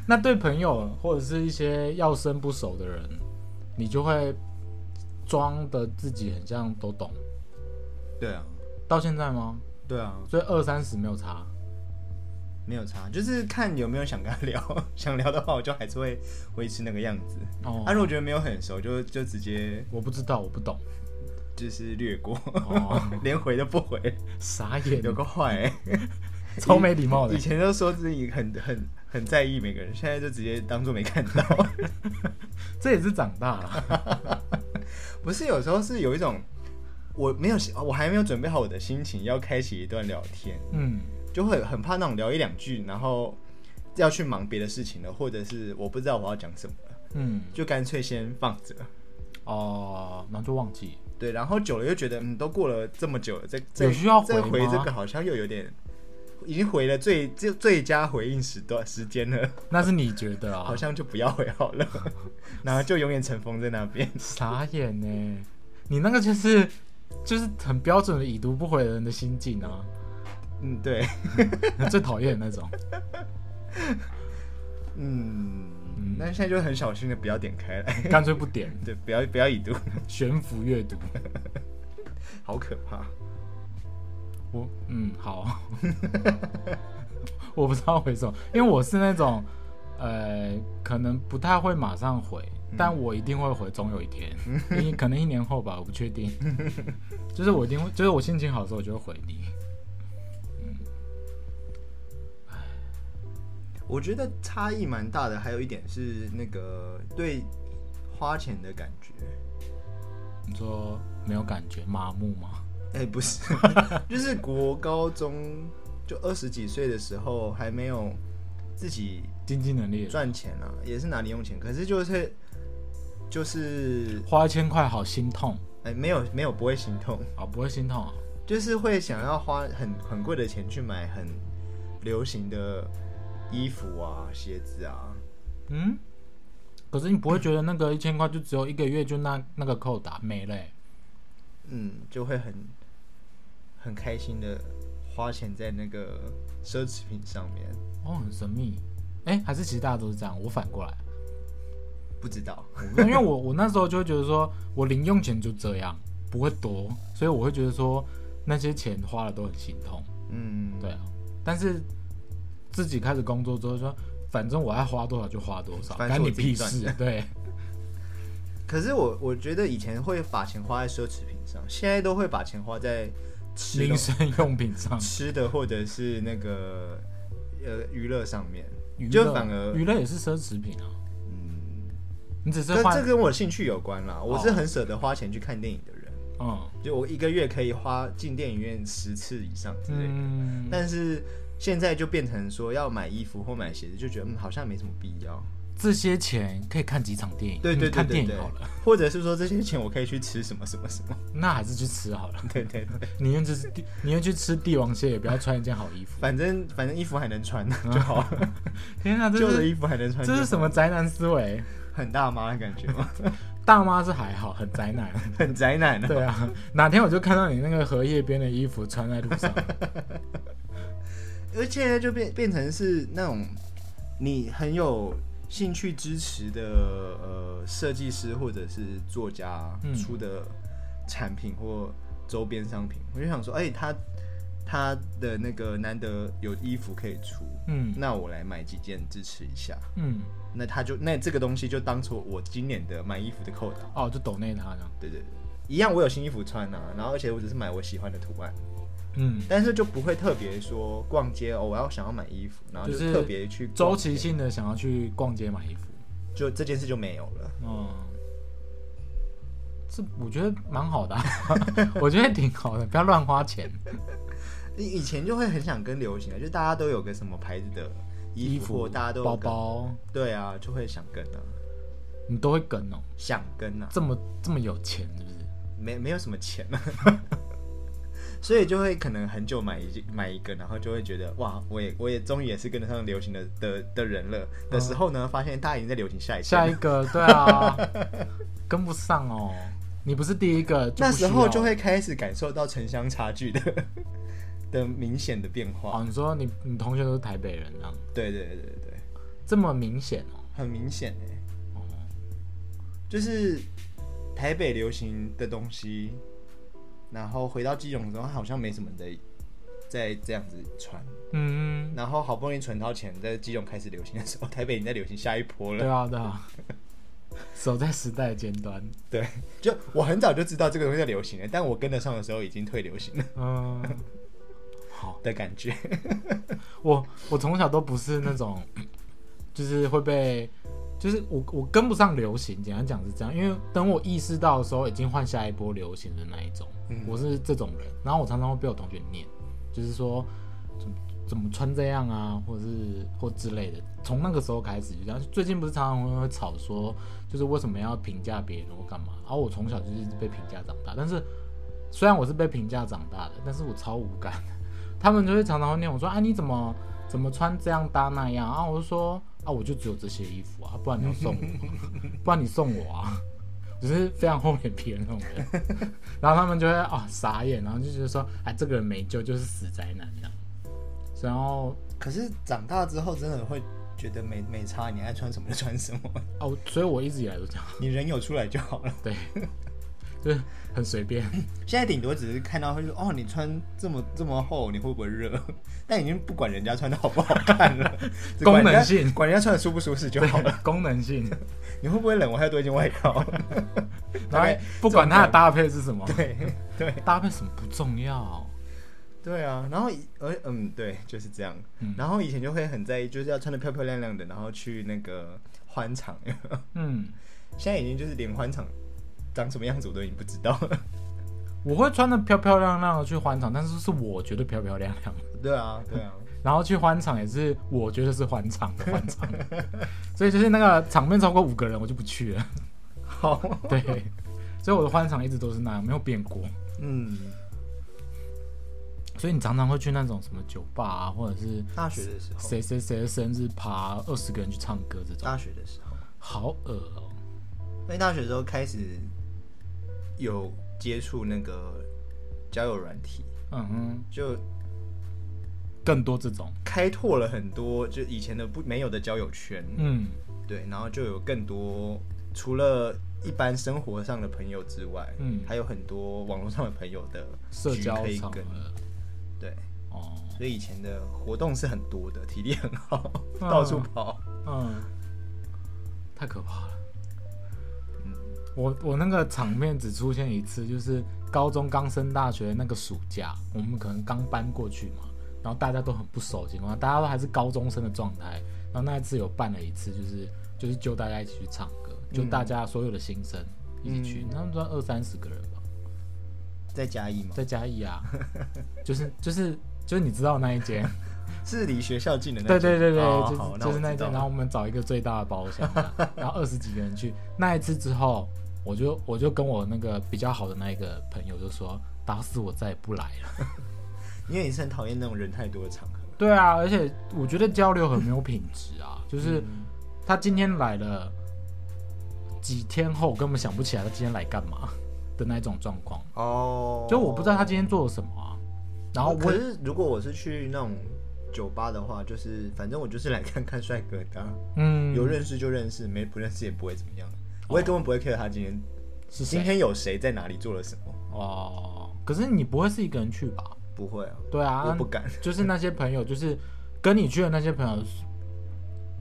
Speaker 2: 那对朋友或者是一些要生不熟的人，你就会装的自己很像都懂，
Speaker 1: 对啊，
Speaker 2: 到现在吗？
Speaker 1: 对啊，
Speaker 2: 所以二三十没有差。
Speaker 1: 没有差，就是看有没有想跟他聊， 想聊的话，我就还是会维持那个样子。
Speaker 2: 哦，
Speaker 1: 啊，如果觉得没有很熟，就就直接
Speaker 2: 我不知道，我不懂。
Speaker 1: 就是略过，
Speaker 2: 哦，
Speaker 1: 连回都不回，
Speaker 2: 傻眼，
Speaker 1: 有个坏、欸。
Speaker 2: 超没礼貌的
Speaker 1: 以。前都说自己很很很在意每个人，现在就直接当做没看 到。
Speaker 2: 这也是长大了。
Speaker 1: 不是，有时候是有一种我没有我还没有准备好我的心情要开启一段聊天，
Speaker 2: 嗯。
Speaker 1: 就会很怕那种聊一两句，然后要去忙别的事情了，或者是我不知道我要讲什么了，
Speaker 2: 嗯，
Speaker 1: 就干脆先放着。
Speaker 2: 哦，然后就忘记。
Speaker 1: 对，然后久了又觉得，嗯，都过了这么久了，再再
Speaker 2: 有需要回
Speaker 1: 再回
Speaker 2: 吗
Speaker 1: 这个好像又有点已经回了最最最佳回应时段时间了，
Speaker 2: 那是你觉得啊？
Speaker 1: 好像就不要回好了，然后就永远尘封在那边。
Speaker 2: 傻眼呢，你那个就是就是很标准的已读不回的人的心境啊，
Speaker 1: 嗯，对，
Speaker 2: 最讨厌那种。
Speaker 1: 嗯，那现在就很小心的不要点开来，
Speaker 2: 干脆不点，
Speaker 1: 对，不要不要已读，
Speaker 2: 悬浮阅读。
Speaker 1: 好可怕。
Speaker 2: 我嗯好， 我不知道回什么，因为我是那种呃，可能不太会马上回，但我一定会回，总有一天，因为可能一年后吧，我不确定。就是我一定会，就是我心情好的时候，我就会回你。
Speaker 1: 我觉得差异蛮大的，还有一点是那个对花钱的感觉。
Speaker 2: 你说没有感觉，麻木吗？
Speaker 1: 哎、不是，就是国高中就二十几岁的时候还没有自己
Speaker 2: 经济能力也
Speaker 1: 赚钱啊，也是拿零用钱，可是就是就是
Speaker 2: 花一千块好心痛
Speaker 1: 哎、没有没有不会心痛，
Speaker 2: 啊、不会心痛啊？
Speaker 1: 就是会想要花很很贵的钱去买很流行的衣服啊、鞋子啊，
Speaker 2: 嗯，可是你不会觉得那个一千块就只有一个月就那那个扣打没了欸、
Speaker 1: 嗯，就会很很开心的花钱在那个奢侈品上面，
Speaker 2: 哦，很神秘。哎、还是其实大家都是这样，我反 过来，
Speaker 1: 不知道，
Speaker 2: 因为我我那时候就会觉得说，我零用钱就这样，不会多，所以我会觉得说那些钱花了都很心痛，
Speaker 1: 嗯，
Speaker 2: 对啊。但是自己开始工作之后就说，反正我爱花多少就花多少，
Speaker 1: 反正
Speaker 2: 干
Speaker 1: 我
Speaker 2: 你
Speaker 1: 自己
Speaker 2: 屁
Speaker 1: 赚
Speaker 2: 事，对，
Speaker 1: 可是我我觉得以前会把钱花在奢侈品上，现在都会把钱花在吃
Speaker 2: 民
Speaker 1: 的，
Speaker 2: 生用品 上
Speaker 1: 吃的或者是那个呃娱乐上面
Speaker 2: 娱，
Speaker 1: 就
Speaker 2: 乐
Speaker 1: 反而
Speaker 2: 娱乐也是奢侈品啊，
Speaker 1: 嗯，
Speaker 2: 你只是
Speaker 1: 这
Speaker 2: 换
Speaker 1: 这跟我兴趣有关啦。我
Speaker 2: 哦
Speaker 1: 是很舍得花钱去看电影的人，
Speaker 2: 嗯
Speaker 1: 就我一个月可以花进电影院十次以上之类的。
Speaker 2: 嗯，
Speaker 1: 但是现在就变成说要买衣服或买鞋子，就觉得嗯好像没什么必要。
Speaker 2: 这些钱可以看几场电影，
Speaker 1: 对对对
Speaker 2: 嗯看
Speaker 1: 对
Speaker 2: 电
Speaker 1: 对
Speaker 2: 影好了，，
Speaker 1: 或者是说这些钱我可以去吃什么什么什么。
Speaker 2: 那还是去吃好了，
Speaker 1: 对对对，
Speaker 2: 宁愿就是地宁愿去吃帝王蟹，也不要穿一件好衣服。
Speaker 1: 反正反正衣服还能穿就好了。
Speaker 2: 天 啊，这
Speaker 1: 旧的
Speaker 2: 是
Speaker 1: 衣服还能穿，
Speaker 2: 这是什么宅男思维？
Speaker 1: 很大妈的感觉 吗？
Speaker 2: 大妈是还好，很 宅男。
Speaker 1: 很宅男啊。
Speaker 2: 对啊，哪天我就看到你那个荷叶边的衣服穿在 路上，
Speaker 1: 而且就变变成是那种你很有兴趣支持的呃设计师或者是作家
Speaker 2: 嗯
Speaker 1: 出的呃产品或周边商品，我就想说，哎、他他的那个难得有衣服可以出，
Speaker 2: 嗯
Speaker 1: 那我来买几件支持一下。
Speaker 2: 嗯，
Speaker 1: 那他就那这个东西就当做我今年的买衣服的扣打，
Speaker 2: 哦，就抖内他这样，
Speaker 1: 对对对，一样我有新衣服穿啊，然后而且我只是买我喜欢的图案。
Speaker 2: 嗯，
Speaker 1: 但是就不会特别说逛街哦，我要想要买衣服，然后就
Speaker 2: 就是
Speaker 1: 特别去
Speaker 2: 周
Speaker 1: 逛
Speaker 2: 期性的想要去逛街买衣服，
Speaker 1: 就这件事就没有了。
Speaker 2: 嗯，这我觉得蛮好的啊、 我觉得挺好的，不要乱花钱。
Speaker 1: 以以前就会很想跟流行啊，就大家都有个什么牌子的衣
Speaker 2: 衣
Speaker 1: 服，或
Speaker 2: 服、
Speaker 1: 大家都有
Speaker 2: 包
Speaker 1: 个，
Speaker 2: 包，
Speaker 1: 对啊，就会想跟啊，
Speaker 2: 你都会跟哦，
Speaker 1: 想跟啊，
Speaker 2: 这么这么有钱是不是？
Speaker 1: 没没有什么钱 啊，所以就会可能很久买一件买一个，然后就会觉得哇，我也我也终于也是跟得上流行的的的人了的时候呢，发现大家已经在流行下一件
Speaker 2: 下
Speaker 1: 了
Speaker 2: 一个，对啊，跟不上哦，你不是第一个，
Speaker 1: 那
Speaker 2: 不需
Speaker 1: 时
Speaker 2: 要
Speaker 1: 候就会开始感受到城乡差距的 的明显的变化。
Speaker 2: 哦，你说你你同学都是台北人这样，
Speaker 1: 对对对对对，
Speaker 2: 这么明显哦，
Speaker 1: 很明显哎，
Speaker 2: 哦，
Speaker 1: 就是台北流行的东西，然后回到基隆之后，好像没什么人在在这样子传，
Speaker 2: 嗯，
Speaker 1: 然后好不容易存到钱，在基隆开始流行的时候， 台北已经在流行下一波
Speaker 2: 对
Speaker 1: 了。
Speaker 2: 啊对啊， 走在时代的尖端，
Speaker 1: 对，就我很早就知道这个东西在流行了，但我跟得上的时候已经退流行了
Speaker 2: 嗯，好，
Speaker 1: 的感觉。
Speaker 2: 我我从小都不是那种，就是会被，就是我我跟不上流行，简单讲是这样，因为等我意识到的时候，已经换下一波流行的那一种，
Speaker 1: 嗯
Speaker 2: 我是这种人。然后我常常会被我同学念，就是说怎么怎么穿这样啊，或者是或之类的。从那个时候开始就这样。最近不是常常会吵说，就是为什么要评价别人或干嘛？然、后我从小就是一直被评价长大，但是虽然我是被评价长大的，但是我超无感。他们就会常常会念我说啊你怎么怎么穿这样搭那样啊？我就说啊我就只有这些衣服啊，不然你要送我吗， 不然你送我啊。只是非常厚脸皮的那种人， 然后他们就会啊、傻眼，然后就觉得说，哎，这个人没救，就是死宅男这样。然后
Speaker 1: 可是长大之后真的会觉得没没差，你爱穿什么就穿什么，
Speaker 2: 哦，所以我一直以来都这样，
Speaker 1: 你人有出来就好 了。
Speaker 2: 对， 就是很随 便。
Speaker 1: 现在顶多只是看到会说哦，你穿这么这么厚，你会不会热？但已经不管人家穿的好不好看 了，只管人家
Speaker 2: 功能性
Speaker 1: 管人家穿的舒不舒适就好 了。
Speaker 2: 功能性，
Speaker 1: 你会不会冷？我还要多一件外套。
Speaker 2: 然
Speaker 1: 大概
Speaker 2: 后不管它的搭配是什么，
Speaker 1: 对对
Speaker 2: 搭配什么不重要，
Speaker 1: 对啊，然后以而嗯对就是这样、
Speaker 2: 嗯
Speaker 1: 然后以前就会很在意，就是要穿的漂漂亮亮的，然后去那个欢场。
Speaker 2: 嗯，
Speaker 1: 现在已经就是连欢场长什么样子我都已经不知道了。
Speaker 2: 我会穿的漂漂亮亮的去欢场，但是是我觉得漂漂亮 亮的，
Speaker 1: 对啊，对啊，
Speaker 2: 然后去欢场也是我觉得是欢场的 欢场，所以就是那个场面超过五个人我就不 去了，
Speaker 1: 好，
Speaker 2: 对，所以我的欢场一直都是那样，没有变过。
Speaker 1: 嗯，
Speaker 2: 所以你常常会去那种什么酒吧啊，或者是
Speaker 1: 大学的时候，
Speaker 2: 谁谁谁的生日趴，二十个人去唱歌这种，
Speaker 1: 大学的时候，
Speaker 2: 好恶哦、
Speaker 1: 因为大学的时候开始有接触那个交友软体，
Speaker 2: 嗯哼，
Speaker 1: 就
Speaker 2: 更多这种，
Speaker 1: 开拓了很多就以前的不没有的交友圈，
Speaker 2: 嗯，
Speaker 1: 对，然后就有更多除了一般生活上的朋友之外，
Speaker 2: 嗯
Speaker 1: 还有很多网络上的朋友的
Speaker 2: 社
Speaker 1: 局
Speaker 2: 交
Speaker 1: 可以
Speaker 2: 场
Speaker 1: 跟，
Speaker 2: 合，
Speaker 1: 对，
Speaker 2: 哦，
Speaker 1: 所以以前的活动是很多的，体力很好，到处跑，
Speaker 2: 嗯，太可怕了。
Speaker 1: 嗯，
Speaker 2: 我我那个场面只出现一次，就是高中刚升大学那个暑假，我们可能刚搬过去嘛，然后大家都很不熟的情况下，大家都还是高中生的状态。然后那一次有办了一次，就是就是揪大家一起去唱歌，就
Speaker 1: 嗯
Speaker 2: 大家所有的新生一起去，他们都二三十个人吧，
Speaker 1: 在嘉义吗？
Speaker 2: 在嘉义啊，就是就是就是你知道那一间，
Speaker 1: 是离学校近的那
Speaker 2: 对
Speaker 1: 种，
Speaker 2: 对对对，
Speaker 1: 哦
Speaker 2: 就
Speaker 1: 好
Speaker 2: 是就是那一
Speaker 1: 我知道
Speaker 2: 间，然后我们找一个最大的包厢啊，然后二十几个人去。那一次之后，我就我就跟我那个比较好的那一个朋友就说，打死我再也不来了。
Speaker 1: 因为你是很讨厌那种人太多的场合，
Speaker 2: 对啊，而且我觉得交流很没有品质啊，
Speaker 1: 嗯
Speaker 2: 就是他今天来了，几天后我根本想不起来他今天来干嘛的那一种状况，
Speaker 1: 哦，
Speaker 2: 就我不知道他今天做了什么啊。然后我
Speaker 1: 可是如果我是去那种酒吧的话，就是反正我就是来看看帅哥的啊、
Speaker 2: 嗯，哦
Speaker 1: 有认识就认识，没不认识也不会怎么样，我也根本不会 care 他今天
Speaker 2: 是
Speaker 1: 今
Speaker 2: 谁
Speaker 1: 天有谁在哪里做了什么，
Speaker 2: 哦，可是你不会是一个人去吧？
Speaker 1: 不会啊，
Speaker 2: 对啊，
Speaker 1: 我不敢，
Speaker 2: 就是那些朋友，就是跟你去的那些朋友，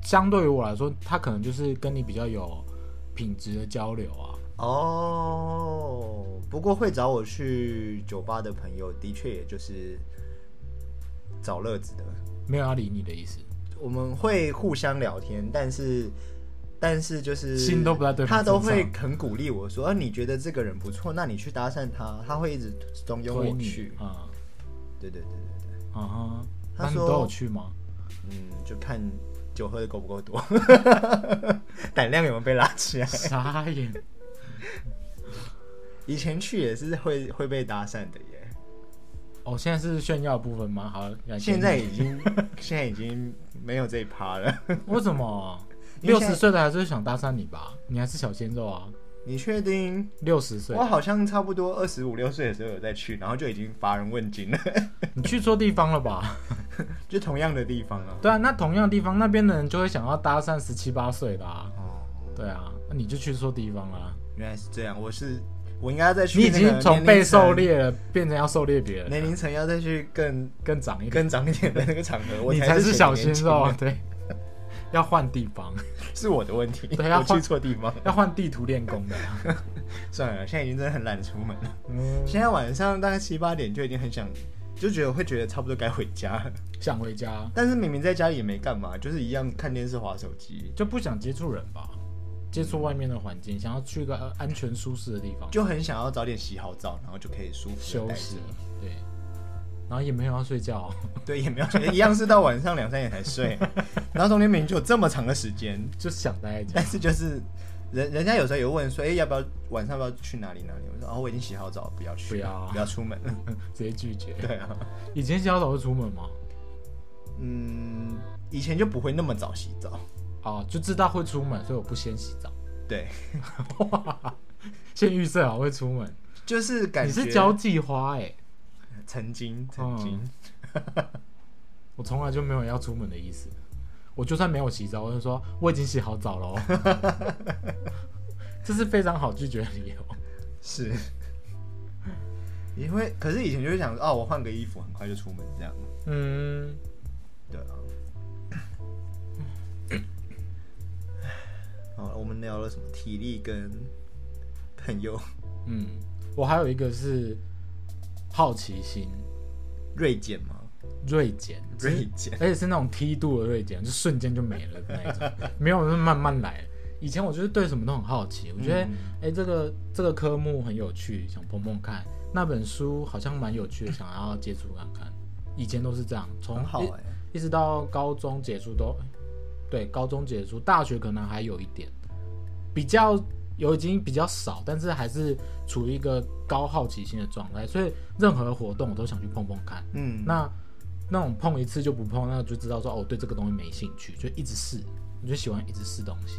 Speaker 2: 相对于我来说，他可能就是跟你比较有品质的交流啊。
Speaker 1: 哦，不过会找我去酒吧的朋友，的确也就是找乐子的。
Speaker 2: 没有要理你的意思，
Speaker 1: 我们会互相聊天，但是但是就是
Speaker 2: 心都不在对方
Speaker 1: 他都
Speaker 2: 身
Speaker 1: 会
Speaker 2: 上
Speaker 1: 很鼓励我说、啊，你觉得这个人不错，那你去搭讪他，他会一直怂恿
Speaker 2: 推
Speaker 1: 我
Speaker 2: 你
Speaker 1: 去。
Speaker 2: 啊
Speaker 1: 对对对对对，
Speaker 2: 啊哈，
Speaker 1: 他
Speaker 2: 那你
Speaker 1: 说
Speaker 2: 都有去吗？
Speaker 1: 嗯，就看酒喝的够不够多， 胆量有没有被拉起来。
Speaker 2: 傻眼，
Speaker 1: 以前去也是会会被搭讪的耶。
Speaker 2: 哦，现在是炫耀的部分吗？好，感谢
Speaker 1: 现
Speaker 2: 你
Speaker 1: 在已经现在已经没有这一趴了。
Speaker 2: 为什么
Speaker 1: 因为
Speaker 2: 六
Speaker 1: 现在
Speaker 2: 十岁的还是会想搭讪你吧？你还是小鲜肉啊，
Speaker 1: 你确定？
Speaker 2: 六十岁
Speaker 1: 我，好像差不多二十五六岁的时候有再去，然后就已经乏人问津了，
Speaker 2: 你去错地方了吧？
Speaker 1: 就同样的地方啊。
Speaker 2: 对啊，那同样的地方，那边的人就会想要搭讪十七八岁的啊。
Speaker 1: 哦，
Speaker 2: 对啊，那你就去错地方了啊。
Speaker 1: 原来是这样，我是我应该再去
Speaker 2: 你已
Speaker 1: 那个年龄层。
Speaker 2: 经从被狩猎了，变成要狩猎别人，
Speaker 1: 年龄层要再去更
Speaker 2: 更长一点，
Speaker 1: 更长一点的那个场合，我
Speaker 2: 你
Speaker 1: 才
Speaker 2: 是
Speaker 1: 显得
Speaker 2: 小鲜
Speaker 1: 年轻
Speaker 2: 肉啊
Speaker 1: 人，
Speaker 2: 对， 要换地方，
Speaker 1: 是我的问题，
Speaker 2: 对啊要
Speaker 1: 我
Speaker 2: 换
Speaker 1: 去错地方。
Speaker 2: 要换地图练功的啊。
Speaker 1: 算了，现在已经真的很懒得出门了。
Speaker 2: 嗯，
Speaker 1: 现在晚上大概七八点就已经很想，就觉得会觉得差不多该回家了，
Speaker 2: 想回家
Speaker 1: 但是明明在家里也没干嘛，就是一样看电视、划手机，
Speaker 2: 就不想接触人吧，接触外面的环境，想要去一个呃安全舒适的地方
Speaker 1: 就很想要早点洗好澡，然后就可以舒服地
Speaker 2: 休
Speaker 1: 待
Speaker 2: 息
Speaker 1: 着。，
Speaker 2: 对，然后也没有要睡觉 哦，
Speaker 1: 对，也没有觉得一样是到晚 上两三点才睡，然后中间明明就有这么长的时间，
Speaker 2: 就想待在家
Speaker 1: 但。是就是人人家有时候也会问说，哎、要不要晚上要不要去哪里哪里？我说哦，我已经洗好澡，不要去，
Speaker 2: 不要
Speaker 1: 不要出门。
Speaker 2: 直接拒绝。
Speaker 1: 对啊，
Speaker 2: 以前洗好澡会出门吗？
Speaker 1: 嗯，以前就不会那么早洗澡，
Speaker 2: 哦，就知道会出门，所以我不先洗澡，
Speaker 1: 对，
Speaker 2: 先预设好会出门。
Speaker 1: 就是感
Speaker 2: 你
Speaker 1: 觉
Speaker 2: 是嗯交际花哎、
Speaker 1: 曾经曾经、
Speaker 2: 我从来就没有要出门的意思。我就算没有洗澡，我就说我已经洗好澡了哦， 这是非常好拒绝的理由。
Speaker 1: 是，因为可是以前就会想说，哦，我换个衣服很快就出门这样，
Speaker 2: 嗯，
Speaker 1: 对啊。 好哦了，我们聊了什么体力跟朋友
Speaker 2: 嗯，我还有一个是好奇心
Speaker 1: 锐减吗？
Speaker 2: 锐减，
Speaker 1: 锐减
Speaker 2: 而且是那种梯度的锐减，就瞬间就没了的那一种，没有，就是慢慢来。以前我就是对什么都很好奇，我觉得哎、
Speaker 1: 嗯
Speaker 2: 诶这个这个科目很有趣，想碰碰看。那本书好像蛮有趣的，想要接触看看。以前都是这样，从
Speaker 1: 很好
Speaker 2: 一
Speaker 1: 哎、
Speaker 2: 一直到高中结束都，对，高中结束，大学可能还有一点，比较有已经比较少，但是还是处于一个高好奇心的状态，所以任何活动我都想去碰碰看。
Speaker 1: 嗯，
Speaker 2: 那那种碰一次就不碰，那就知道说哦，我对这个东西没兴趣，就一直试，我就喜欢一直试东西。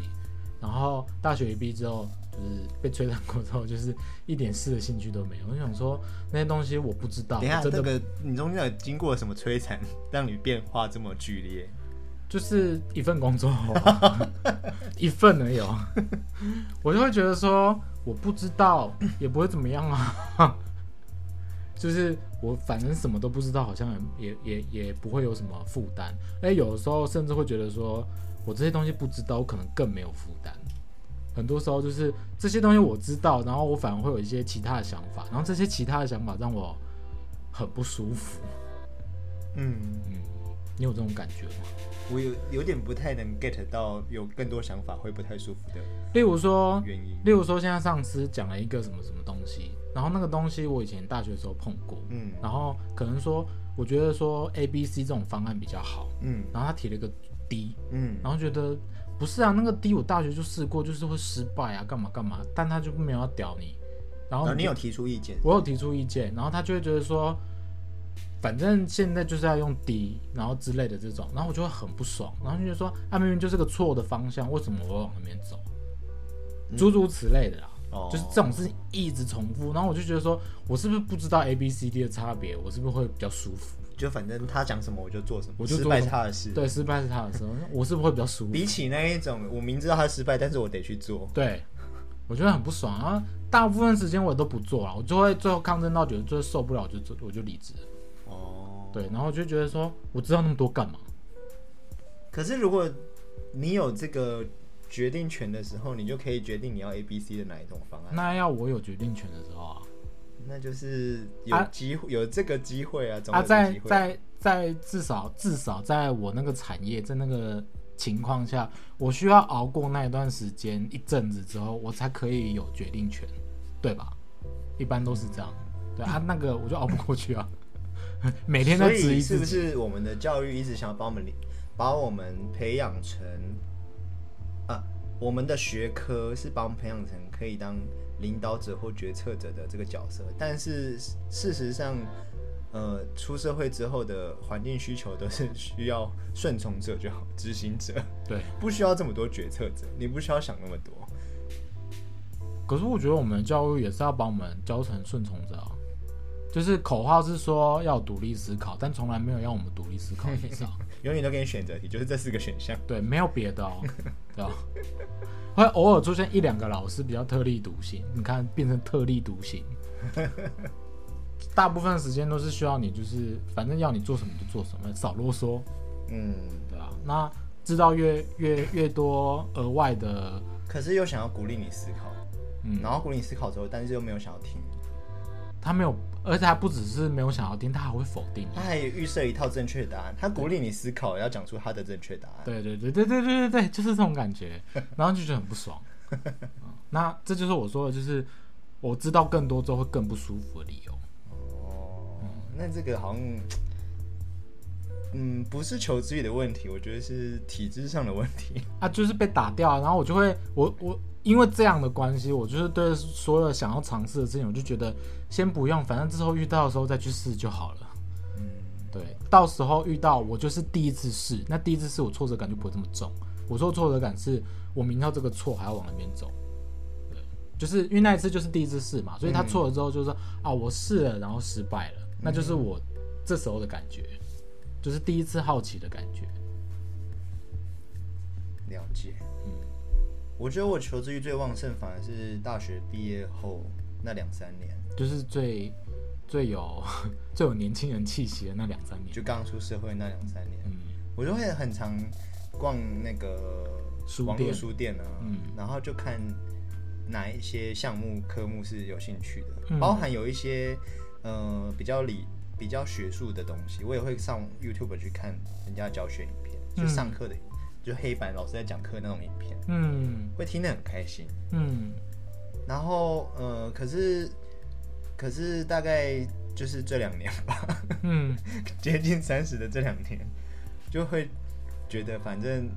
Speaker 2: 然后大学一毕业之后，就是被摧残过之后，就是一点试的兴趣都没有。我就想说那些东西我不知道，
Speaker 1: 等一下，
Speaker 2: 我真
Speaker 1: 这
Speaker 2: 的
Speaker 1: 个你中间有经过什么摧残，让你变化这么剧烈？
Speaker 2: 就是一份工作，哦一份而已、哦。我就会觉得说，我不知道，也不会怎么样啊。就是我反正什么都不知道，好像也也也也不会有什么负担。哎，有的时候甚至会觉得说，我这些东西不知道，我可能更没有负担。很多时候就是这些东西我知道，然后我反而会有一些其他的想法，然后这些其他的想法让我很不舒服。
Speaker 1: 嗯，
Speaker 2: 嗯，你有这种感觉吗？
Speaker 1: 我有有点不太能 get 到有更多想法会不太舒服的
Speaker 2: 例如说，
Speaker 1: 原因。
Speaker 2: 例如说，现在上司讲了一个什么什么东西，然后那个东西我以前大学的时候碰过，
Speaker 1: 嗯
Speaker 2: 然后可能说我觉得说 A、B、C 这种方案比较好，
Speaker 1: 嗯
Speaker 2: 然后他提了一个 D，
Speaker 1: 嗯
Speaker 2: 然后觉得不是啊，那个 D 我大学就试过，就是会失败啊，干嘛干嘛，但他就没有要屌你，然
Speaker 1: 然
Speaker 2: 后
Speaker 1: 后
Speaker 2: 你
Speaker 1: 你
Speaker 2: 就
Speaker 1: 有提出意见，
Speaker 2: 我有提出意见，然后他就会觉得说，反正现在就是要用 D，然后之类的这种，然后我就会很不爽，然后就觉得说，啊明明就是个错的方向，为什么我要往那边走？诸如此类的啦，啊
Speaker 1: 哦
Speaker 2: 就是这种事情一直重复，然后我就觉得说，我是不是不知道 A B C D 的差别，我是不是会比较舒服？
Speaker 1: 就反正他讲什么我就做什么，
Speaker 2: 我就
Speaker 1: 失
Speaker 2: 做
Speaker 1: 败
Speaker 2: 什么
Speaker 1: 他的事。
Speaker 2: 对，失败是他的时候， 我是不是会比较舒服？
Speaker 1: 比起那一种，我明知道他失败，但是我得去做。
Speaker 2: 对，我觉得很不爽啊。然后大部分时间我都不做啊了，我就会最后抗争到觉得最后受不了，我就做我就离职了。
Speaker 1: 哦，
Speaker 2: 对，然后我就觉得说，我知道那么多干嘛？
Speaker 1: 可是如果你有这个决定权的时候，你就可以决定你要 A、B、C 的哪一种方案。
Speaker 2: 那要我有决定权的时候啊，
Speaker 1: 那就是有
Speaker 2: 啊
Speaker 1: 机会、有这个机会啊，总
Speaker 2: 啊，
Speaker 1: 有这个
Speaker 2: 在
Speaker 1: 机会。
Speaker 2: 在在至少至少在我那个产业在那个情况下，我需要熬过那一段时间一阵子之后，我才可以有决定权，对吧？一般都是这样，对啊，那个我就熬不过去啊， 每天在
Speaker 1: 所
Speaker 2: 质疑
Speaker 1: 以是
Speaker 2: 自
Speaker 1: 不
Speaker 2: 己，
Speaker 1: 是我们的教育一直想要把我们把我们培养成啊，我们的学科是把我们培养成可以当领导者或决策者的这个角色，但是事实上，呃，出社会之后的环境需求都是需要顺从者就好，执行者
Speaker 2: 对。
Speaker 1: 不需要这么多决策者，你不需要想那么多。
Speaker 2: 可是我觉得我们的教育也是要把我们教成顺从者啊，就是口号是说要独立思考，但从来没有让我们独立思考的 意思啊。
Speaker 1: 永远都给你选择题，就是这四个选项。
Speaker 2: 对，没有别的哦，对吧？会偶尔出现一两个老师比较特立独行，你看变成特立独行，大部分时间都是需要你就是反正要你做什么就做什么，少啰嗦，
Speaker 1: 嗯，
Speaker 2: 对吧？那知道越越越多额外的，
Speaker 1: 可是又想要鼓励你思考，
Speaker 2: 嗯，
Speaker 1: 然后鼓励你思考之后，但是又没有想要听。
Speaker 2: 他没有，而且他不只是没有想要听，他还会否 定你
Speaker 1: 他。还预设一套正确答案，他鼓励你思考，要讲出他的正确答案。
Speaker 2: 对对对对对对对对，就是这种感觉，然后就觉得很不爽。嗯那这就是我说的，就是我知道更多之后会更不舒服的理由。
Speaker 1: 哦，那这个好像，嗯，不是求知欲的问题，我觉得是体制上的问题。
Speaker 2: 啊，就是被打掉啊，然后我就会，我我因为这样的关系，我就是对所有想要尝试的事情，我就觉得先不用，反正之后遇到的时候再去试就好了。
Speaker 1: 嗯，
Speaker 2: 对，到时候遇到我就是第一次试，那第一次试我挫折感就不会这么重。我说挫折感是我明知道这个错还要往那边走，对，就是因为那一次就是第一次试嘛，所以他错了之后就是说、啊，我试了然后失败了，那就是我这时候的感觉，就是第一次好奇的感觉。
Speaker 1: 了解。
Speaker 2: 嗯，
Speaker 1: 我觉得我求知欲最旺盛，反而是大学毕业后那两三年，
Speaker 2: 就是最最有 最有年轻人气息的那两三年
Speaker 1: 就。刚出社会那两三年，
Speaker 2: 嗯
Speaker 1: 我就会很常逛那个
Speaker 2: 书
Speaker 1: 网络
Speaker 2: 店
Speaker 1: 书店啊，
Speaker 2: 嗯
Speaker 1: 然后就看哪一些项目科目是有兴趣的，
Speaker 2: 嗯
Speaker 1: 包含有一些呃比较理比较学术的东西，我也会上 YouTube 去看人家教学影片，就
Speaker 2: 嗯
Speaker 1: 上课的，就黑板老师在讲课那种影片，
Speaker 2: 嗯
Speaker 1: 会听得很开心。
Speaker 2: 嗯
Speaker 1: 然后呃，可是可是大概就是这两年吧，
Speaker 2: 嗯
Speaker 1: 接近三十的这两年，就会觉得反正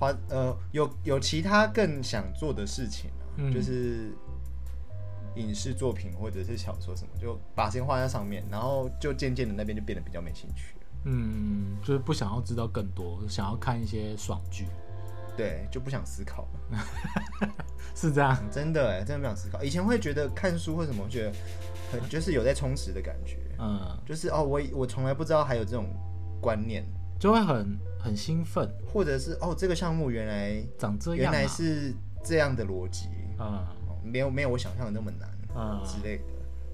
Speaker 1: 花呃有有其他更想做的事情啊，
Speaker 2: 嗯
Speaker 1: 就是影视作品或者是小说什么，就把时间花在上面，然后就渐渐的那边就变得比较没兴趣了，
Speaker 2: 嗯，就是不想要知道更多，想要看一些爽剧，
Speaker 1: 对，就不想思考了。
Speaker 2: 是这样。
Speaker 1: 真的哎、真的不想思考。以前会觉得看书或什么，会觉得很就是有在充实的感觉，
Speaker 2: 嗯，
Speaker 1: 就是哦，我我从来不知道还有这种观念，
Speaker 2: 就会很很兴奋，
Speaker 1: 或者是哦，这个项目原来
Speaker 2: 长这
Speaker 1: 原
Speaker 2: 样、啊。
Speaker 1: 来是这样的逻辑，
Speaker 2: 嗯
Speaker 1: 哦没有没有我想象的那么难、
Speaker 2: 嗯
Speaker 1: 之类的。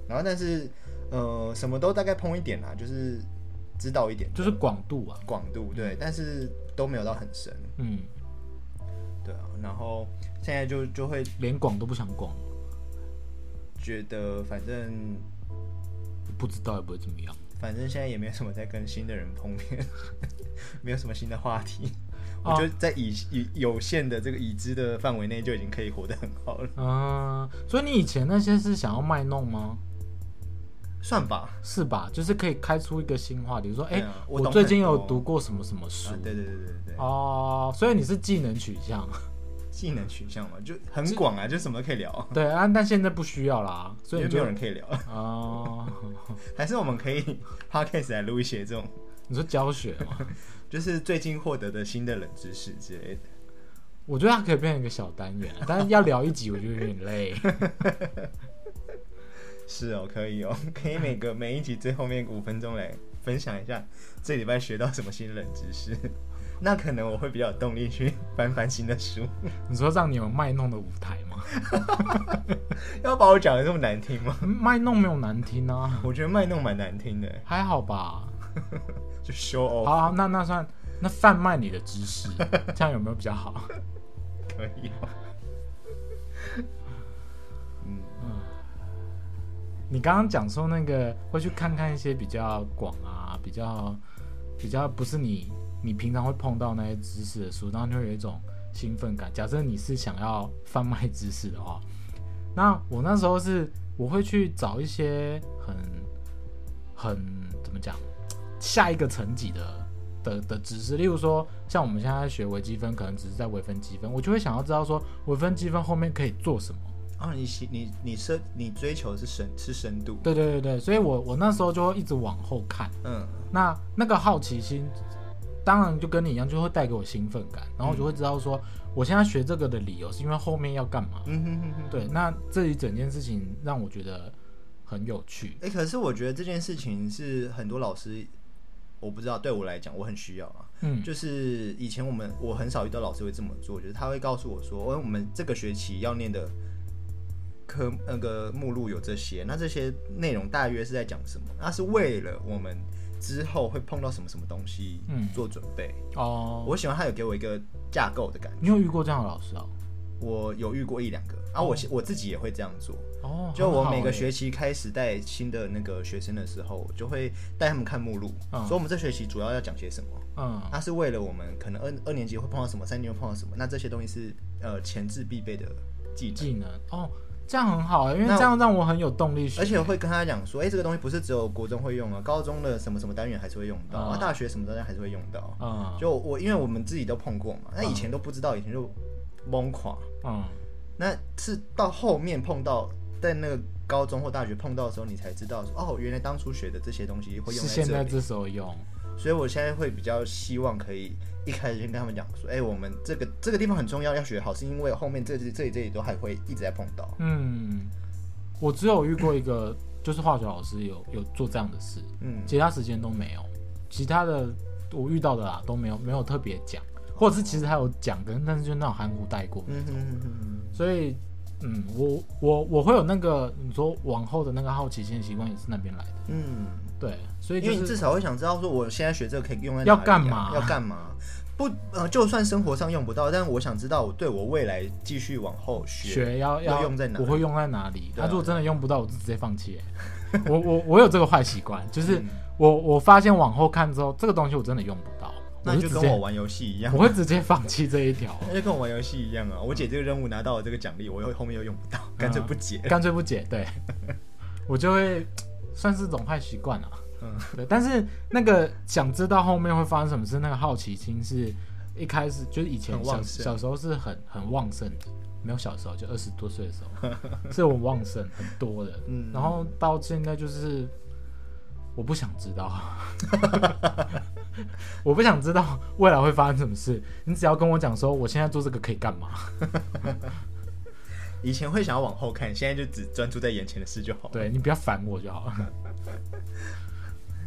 Speaker 1: 然后但是呃，什么都大概碰一点啦，就是知道一点，
Speaker 2: 就是广度啊，
Speaker 1: 广度对，但是都没有到很深，
Speaker 2: 嗯，
Speaker 1: 对啊。然后现在就就会
Speaker 2: 连广都不想广，
Speaker 1: 觉得反正
Speaker 2: 不知道也不会怎么样。
Speaker 1: 反正现在也没有什么在跟新的人碰面， 没有什么新的话题。我
Speaker 2: 哦
Speaker 1: 觉得在已已有限的这个已知的范围内，就已经可以活得很好了，
Speaker 2: 嗯，所以你以前那些是想要卖弄吗？
Speaker 1: 算吧。
Speaker 2: 是吧？就是可以开出一个新话题，说，
Speaker 1: 对
Speaker 2: 哎、
Speaker 1: 啊我
Speaker 2: 我
Speaker 1: 懂
Speaker 2: 最近有
Speaker 1: 很多
Speaker 2: 读过什么什么书
Speaker 1: 啊，，对对对对对，
Speaker 2: 哦，所以你是技能取向，
Speaker 1: 技能取向嘛，就很广啊，就什么都可以聊，
Speaker 2: 对啊，但现在不需要啦，所以
Speaker 1: 因
Speaker 2: 你
Speaker 1: 为没
Speaker 2: 就
Speaker 1: 有人可以聊。
Speaker 2: 哦，
Speaker 1: 还是我们可以 podcast 来录一些这种，
Speaker 2: 你说教学哦嘛，
Speaker 1: 就是最近获得的新的冷知识之类的。
Speaker 2: 我觉得它可以变成一个小单元，但是要聊一集我觉得有点累。
Speaker 1: 是哦，可以哦， 可以每个每一集最后面五分钟来分享一下这礼拜学到什么新冷知识。 那可能我会比较有动力去翻翻新的书。
Speaker 2: 你说让你有卖弄的舞台吗？
Speaker 1: 要把我讲的这么难听吗？
Speaker 2: 嗯卖弄没有难听啊，
Speaker 1: 我觉得卖弄蛮难听的，
Speaker 2: 还好吧。
Speaker 1: 就 show
Speaker 2: 好
Speaker 1: off
Speaker 2: 啊、那那算那贩卖你的知识，这样有没有比较好？
Speaker 1: 可以哦。 嗯，
Speaker 2: 你刚刚讲说那个会去看看一些比较广啊，比较比较不是你你平常会碰到那些知识的书，然后你会有一种兴奋感。假设你是想要贩卖知识的话，那我那时候是我会去找一些很很怎么讲下一个层级的。的的知识，例如说，像我们现在学微积分，可能只是在微分积分，我就会想要知道说微分积分后面可以做什么。
Speaker 1: 哦，你喜你你深你追求的是深是深度，
Speaker 2: 对对对对，所以我我那时候就会一直往后看，
Speaker 1: 嗯
Speaker 2: 那那个好奇心，当然就跟你一样，就会带给我兴奋感，
Speaker 1: 嗯
Speaker 2: 然后我就会知道说，我现在学这个的理由是因为后面要干嘛。
Speaker 1: 嗯哼哼哼。
Speaker 2: 对，那这一整件事情让我觉得很有趣。
Speaker 1: 哎、可是我觉得这件事情是很多老师，我不知道对我来讲我很需要啊。
Speaker 2: 嗯，
Speaker 1: 就是以前我们我很少遇到老师会这么做，就是他会告诉我说，哦，我们这个学期要念的科那个目录有这些，那这些内容大约是在讲什么？那是为了我们之后会碰到什么什么东西
Speaker 2: 嗯
Speaker 1: 做准备。
Speaker 2: 哦，
Speaker 1: 我喜欢他有给我一个架构的感觉。
Speaker 2: 你有遇过这样的老师哦？
Speaker 1: 我有遇过一两个，啊，我我自己也会这样做。
Speaker 2: 哦，
Speaker 1: 就我
Speaker 2: 很好
Speaker 1: 每个
Speaker 2: 欸，
Speaker 1: 学期开始带新的那个学生的时候，我就会带他们看目录，
Speaker 2: 嗯
Speaker 1: 说我们这学期主要要讲些什么。
Speaker 2: 嗯
Speaker 1: 它是为了我们可能二二年级会碰到什么，三年级会碰到什么，那这些东西是呃前置必备的技能，
Speaker 2: 技能哦，这样很好欸，因为
Speaker 1: 那
Speaker 2: 这样让我很有动力学。
Speaker 1: 而且会跟他讲说，哎、这个东西不是只有国中会用啊，高中的什么什么单元还是会用到，
Speaker 2: 嗯
Speaker 1: 啊，大学什么单元还是会用到。
Speaker 2: 嗯，
Speaker 1: 就我因为我们自己都碰过嘛，那以前都不知道，以前就懵垮。
Speaker 2: 嗯
Speaker 1: 那是到后面碰到在那个高中或大学碰到的时候，你才知道说哦，原来当初学的这些东西会用在
Speaker 2: 是现
Speaker 1: 这
Speaker 2: 在
Speaker 1: 里。
Speaker 2: 这时候用，
Speaker 1: 所以我现在会比较希望可以一开始就跟他们讲说，哎、我们这个这个地方很重要，要学好，是因为后面这这这里这里都还会一直在碰到。
Speaker 2: 嗯，我只有遇过一个，就是化学老师有有做这样的事，
Speaker 1: 嗯，
Speaker 2: 其他时间都没有，其他的我遇到的啦都没有没有特别讲，或者是其实还有讲，跟但是就那种含糊带过，
Speaker 1: 嗯哼哼哼哼，
Speaker 2: 所以嗯，我我我会有那个你说往后的那个好奇心的习惯也是那边来的，
Speaker 1: 嗯，
Speaker 2: 对，所以
Speaker 1: 因为你
Speaker 2: 就
Speaker 1: 至
Speaker 2: 是
Speaker 1: 少会想知道说，我现在学这个可以用在哪里、
Speaker 2: 要
Speaker 1: 啊、
Speaker 2: 干嘛
Speaker 1: 要干嘛？不，呃，就算生活上用不到，但我想知道我对我未来继续往后学，
Speaker 2: 学要
Speaker 1: 要用在哪里
Speaker 2: 我会用在哪里？
Speaker 1: 对
Speaker 2: 那、
Speaker 1: 啊
Speaker 2: 如果真的用不到，我就直接 放弃、欸我我我有这个坏习惯，就是
Speaker 1: 嗯
Speaker 2: 我我发现往后看之后，这个东西我真的用不到，
Speaker 1: 那
Speaker 2: 我
Speaker 1: 你
Speaker 2: 就
Speaker 1: 就
Speaker 2: 直
Speaker 1: 跟
Speaker 2: 接
Speaker 1: 我玩游戏一样
Speaker 2: 我，会直接放弃这 一条，
Speaker 1: 那就跟我玩游戏一样啊！我解这个任务拿到了这个奖励，我又后面又用不到，干脆不解。
Speaker 2: 干脆不解。对，我就会算是种坏习惯了。啊
Speaker 1: 嗯
Speaker 2: 对，但是那个想知道后面会发生什么事，那个好奇心是一开始就是以前
Speaker 1: 很
Speaker 2: 小
Speaker 1: 旺盛
Speaker 2: 小时候是很很旺盛的，没有小时候就二十多岁的时 候是我旺盛很多的，
Speaker 1: 嗯
Speaker 2: 然后到现在就是我不想知道， 我不想知道未来会发生什么事，你只要跟我讲说我现在做这个可以干嘛，
Speaker 1: 以前会想要往后看，现在就只专注在眼前的事就好。，
Speaker 2: 对你不要烦我就好了。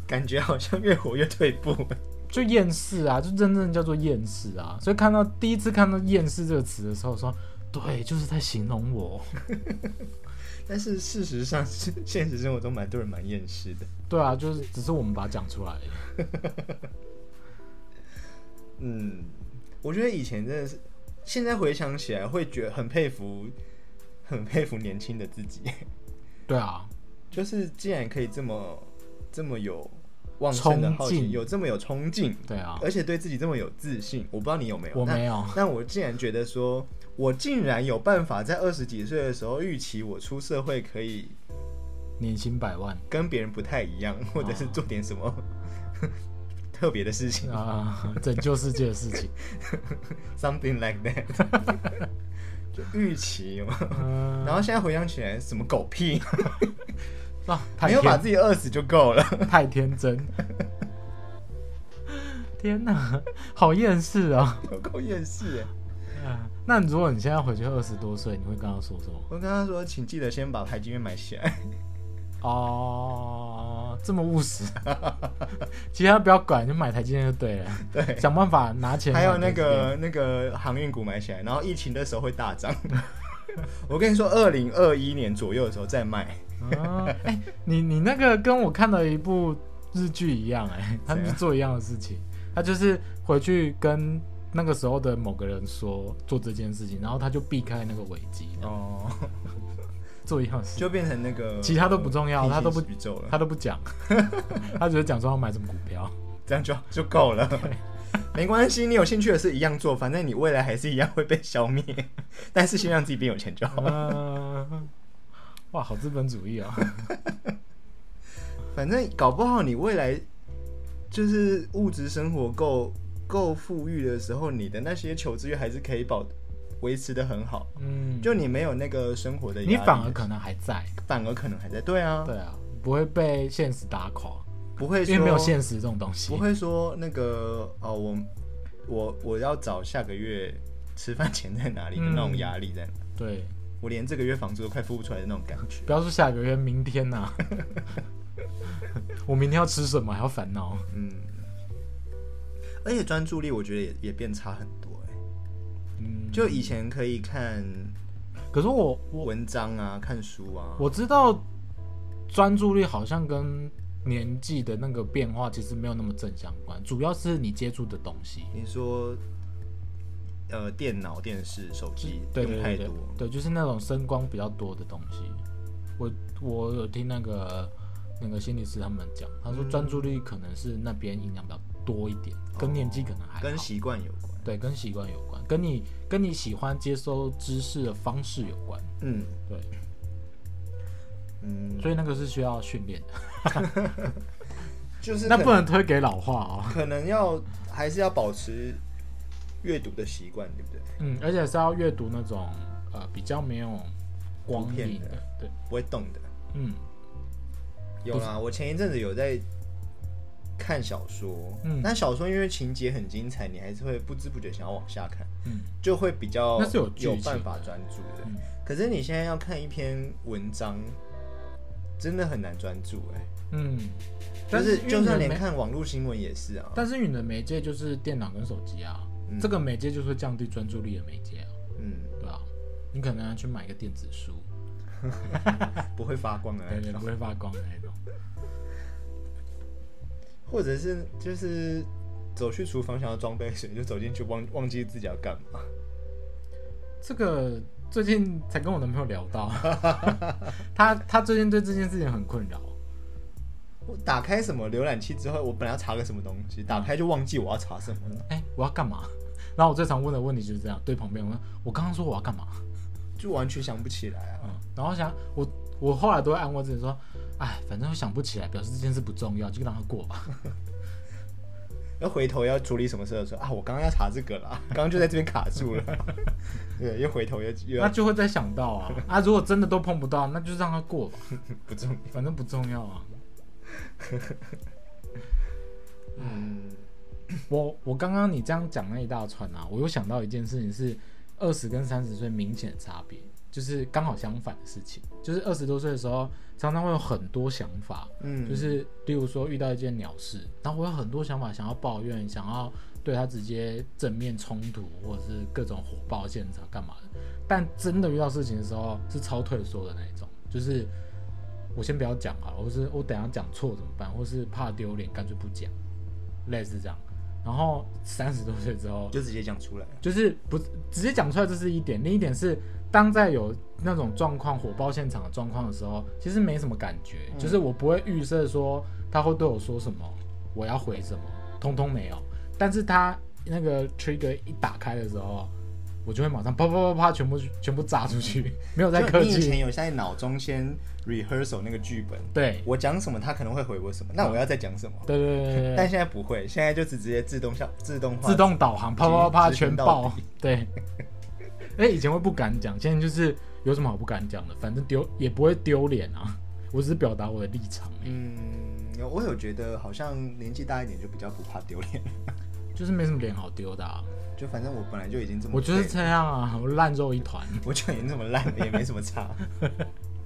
Speaker 1: 感觉好像越活越退步。
Speaker 2: 就厌世啊，就真正叫做厌世啊。所以看到第一次看到“厌世”这个词的时候，说对，就是在形容我。
Speaker 1: 但是事实上，是现实生活中蛮多人蛮厌世的。
Speaker 2: 对啊，就是只是我们把它讲出来而已。
Speaker 1: 嗯，我觉得以前真的是，现在回想起来会觉得很佩服，很佩服年轻的自己，
Speaker 2: 对啊，
Speaker 1: 就是竟然可以这么这么有旺盛的好
Speaker 2: 冲
Speaker 1: 奇，
Speaker 2: 劲
Speaker 1: 有这么有冲劲，
Speaker 2: 对啊，
Speaker 1: 而且对自己这么有自信。我不知道你有没有，
Speaker 2: 我
Speaker 1: 但
Speaker 2: 没有。
Speaker 1: 但我竟然觉得说，我竟然有办法在二十几岁的时候预期我出社会可以
Speaker 2: 年薪百万
Speaker 1: 跟别人不太一样， 或者是做点什么、 特别的事 情、
Speaker 2: 啊、 拯救世界的事情。
Speaker 1: s o m e t h i n g like that，就 预期有没有
Speaker 2: 嗯、
Speaker 1: 然后现在回想起来，什么狗屁，
Speaker 2: 啊，
Speaker 1: 没
Speaker 2: 太
Speaker 1: 有把
Speaker 2: 天
Speaker 1: 自己饿死就够了。
Speaker 2: 太天真。天哪，好厌世啊！
Speaker 1: 有够厌世哎！
Speaker 2: 啊那如果你现在回去二十多岁，你会跟他说什么？
Speaker 1: 我跟他说，请记得先把台积电买起来。
Speaker 2: 哦，这么务实， 其他不要管，就买台积电就对了，
Speaker 1: 对，
Speaker 2: 想办法拿钱。
Speaker 1: 还有那个，那个航运股买起来，然后疫情的时候会大涨。 我跟你说，二零二一年左右的时候再卖。
Speaker 2: 啊，哎、你你那个跟我看到一部日剧一样、哎， 他
Speaker 1: 怎
Speaker 2: 们就
Speaker 1: 样
Speaker 2: 做一样的事情，他就是回去跟那个时候的某个人说做这件事情，然后他就避开那个危机，
Speaker 1: 哦，
Speaker 2: 做一样的事情，
Speaker 1: 就变成那个
Speaker 2: 其他都不重要
Speaker 1: 平行
Speaker 2: 他都不
Speaker 1: 宇宙了，
Speaker 2: 他都不讲， 他只是讲说要买什么股 票，
Speaker 1: 这样就就够了。没关系，你有兴趣的事一样做，反正你未来还是一样会被消灭。 但是先让自己变有钱就好。
Speaker 2: 嗯，哇，好资本主义哦。
Speaker 1: 反正搞不好你未来就是物质生活够够富裕的时候，你的那些求知欲还是可以保维持的很好。
Speaker 2: 嗯，
Speaker 1: 就你没有那个生活的压力，
Speaker 2: 你反而可能还在，
Speaker 1: 反而可能还在对啊，
Speaker 2: 对啊，不会被现实打垮，
Speaker 1: 不会
Speaker 2: 因
Speaker 1: 说
Speaker 2: 为没有现实这种东西
Speaker 1: 不。会说那个哦，我我我要找下个月吃饭钱在哪里的
Speaker 2: 嗯
Speaker 1: 那种压力在哪，
Speaker 2: 对，
Speaker 1: 我连这个月房租都快付不出来的那种感觉。
Speaker 2: 不要说下个月，明天呐、 我明天要吃什么还要烦恼。
Speaker 1: 嗯，而且专注力我觉得也也变差很多哎、
Speaker 2: 嗯，
Speaker 1: 就以前可以看
Speaker 2: 可是我我
Speaker 1: 文章啊、看书啊，
Speaker 2: 我知道专注力好像跟年纪的那个变化其实没有那么正相关，主要是你接触的东西。
Speaker 1: 你说呃，电脑、电视、手机
Speaker 2: 嗯对对
Speaker 1: 用太
Speaker 2: 对对
Speaker 1: 多，，
Speaker 2: 对，就是那种声光比较多的东西。我我有听那个那个心理师他们讲，他
Speaker 1: 嗯
Speaker 2: 说专注力可能是那边影响比较多一点，跟年纪可能还好
Speaker 1: 哦跟习惯有关。
Speaker 2: 对跟习惯有关，跟你跟你喜欢接收知识的方式有关。
Speaker 1: 嗯
Speaker 2: 对，
Speaker 1: 嗯，
Speaker 2: 所以那个是需要训练的，
Speaker 1: 就是
Speaker 2: 那
Speaker 1: 可
Speaker 2: 不能推给老化哦。
Speaker 1: 可能要还是要保持阅读的习惯，对不对？
Speaker 2: 嗯，而且是要阅读那种呃比较没有光
Speaker 1: 图片
Speaker 2: 影
Speaker 1: 的
Speaker 2: 的，对，
Speaker 1: 不会动的。
Speaker 2: 嗯
Speaker 1: 有啦，我前一阵子有在看小说，
Speaker 2: 嗯
Speaker 1: 那小说因为情节很精彩，你还是会不知不觉想要往下看，
Speaker 2: 嗯
Speaker 1: 就会比较
Speaker 2: 那是有剧情
Speaker 1: 有
Speaker 2: 的
Speaker 1: 办法专注的。
Speaker 2: 嗯，
Speaker 1: 可是你现在要看一篇文章，真的很难专注哎、
Speaker 2: 嗯，
Speaker 1: 就
Speaker 2: 但
Speaker 1: 是
Speaker 2: 是
Speaker 1: 就算连
Speaker 2: 看。
Speaker 1: 看网络新闻也是啊，
Speaker 2: 但是你的媒介就是电脑跟手机啊，
Speaker 1: 嗯
Speaker 2: 这个媒介就是会降低专注力的媒介啊，
Speaker 1: 嗯，
Speaker 2: 对吧、你可能要去买个电子书，
Speaker 1: 不会发光的啊那
Speaker 2: 对对，
Speaker 1: 种
Speaker 2: 不，会发光的那种。
Speaker 1: 或者是就是走去厨房想要装杯水，就走进去忘忘记自己要干嘛。
Speaker 2: 这个最近才跟我男朋友聊到，他他最近对这件事情很困扰，
Speaker 1: 我打开什么浏览器之后，我本来要查个什么东西，打开就忘记我要查什么了，
Speaker 2: 哎、我要干嘛？ 然后我最常问的问题就是这样，对旁边我问，我刚刚说我要干嘛？
Speaker 1: 就完全想不起来啊。
Speaker 2: 嗯，然后想我我后来都会安慰自己说，哎，反正我想不起来，表示这件事不重要，就让它过吧。
Speaker 1: 要回头要处理什么事的时候啊，我刚刚要查这个啦，刚刚就在这边卡住了。 对，又回头又又
Speaker 2: 那
Speaker 1: 要
Speaker 2: 就会再想到啊，啊，如果真的都碰不到，那就让它过吧。
Speaker 1: 不重要。
Speaker 2: 反正不重要啊。
Speaker 1: 嗯，
Speaker 2: 我我刚刚你这样讲那一大串啊，我又想到一件事情是二十跟三十岁明显的差别，就是刚好相反的事情。就是二十多岁的时候，常常会有很多想法，
Speaker 1: 嗯
Speaker 2: 就是例如说遇到一件鸟事，然后我有很多想法想要抱怨，想要对他直接正面冲突，或者是各种火爆现场干嘛的。但真的遇到事情的时候，是超退缩的那一种，就是我先不要讲好了，或是我等一下讲错怎么办，或是怕丢脸，干脆不讲，类似这样。然后三十多岁之后，
Speaker 1: 就直接讲出来了。
Speaker 2: 就是不直接讲出来，这是一点；另一点是，当在有那种状况火爆现场的状况的时候，其实没什么感觉，
Speaker 1: 嗯
Speaker 2: 就是我不会预设说他会对我说什么，我要回什么，通通没有。但是他那个 trigger 一打开的时候，我就会马上啪啪啪啪全部全部炸出去，没有在
Speaker 1: 就
Speaker 2: 客
Speaker 1: 你以前
Speaker 2: 气。
Speaker 1: 有在脑中先 rehearsal 那个剧本，
Speaker 2: 对
Speaker 1: 我讲什么他可能会回我什么，那我要再讲什么？
Speaker 2: 对对对对
Speaker 1: 但
Speaker 2: 对，
Speaker 1: 现在不会，现在就是直接自动效自动化
Speaker 2: 自动导航，啪啪啪啪
Speaker 1: 直行
Speaker 2: 全
Speaker 1: 到
Speaker 2: 爆。对， 哎，以前会不敢讲，现在就是有什么好不敢讲的，反正丢也不会丢脸啊。 我只是表达我的立场、欸，
Speaker 1: 嗯，我有觉得好像年纪大一点就比较不怕丢脸，
Speaker 2: 就是没什么脸好丢的、啊。
Speaker 1: 就反正我本来就已经这么，
Speaker 2: 我就是这样啊，我烂肉一团。
Speaker 1: 我就已经这么烂了，也没什么差。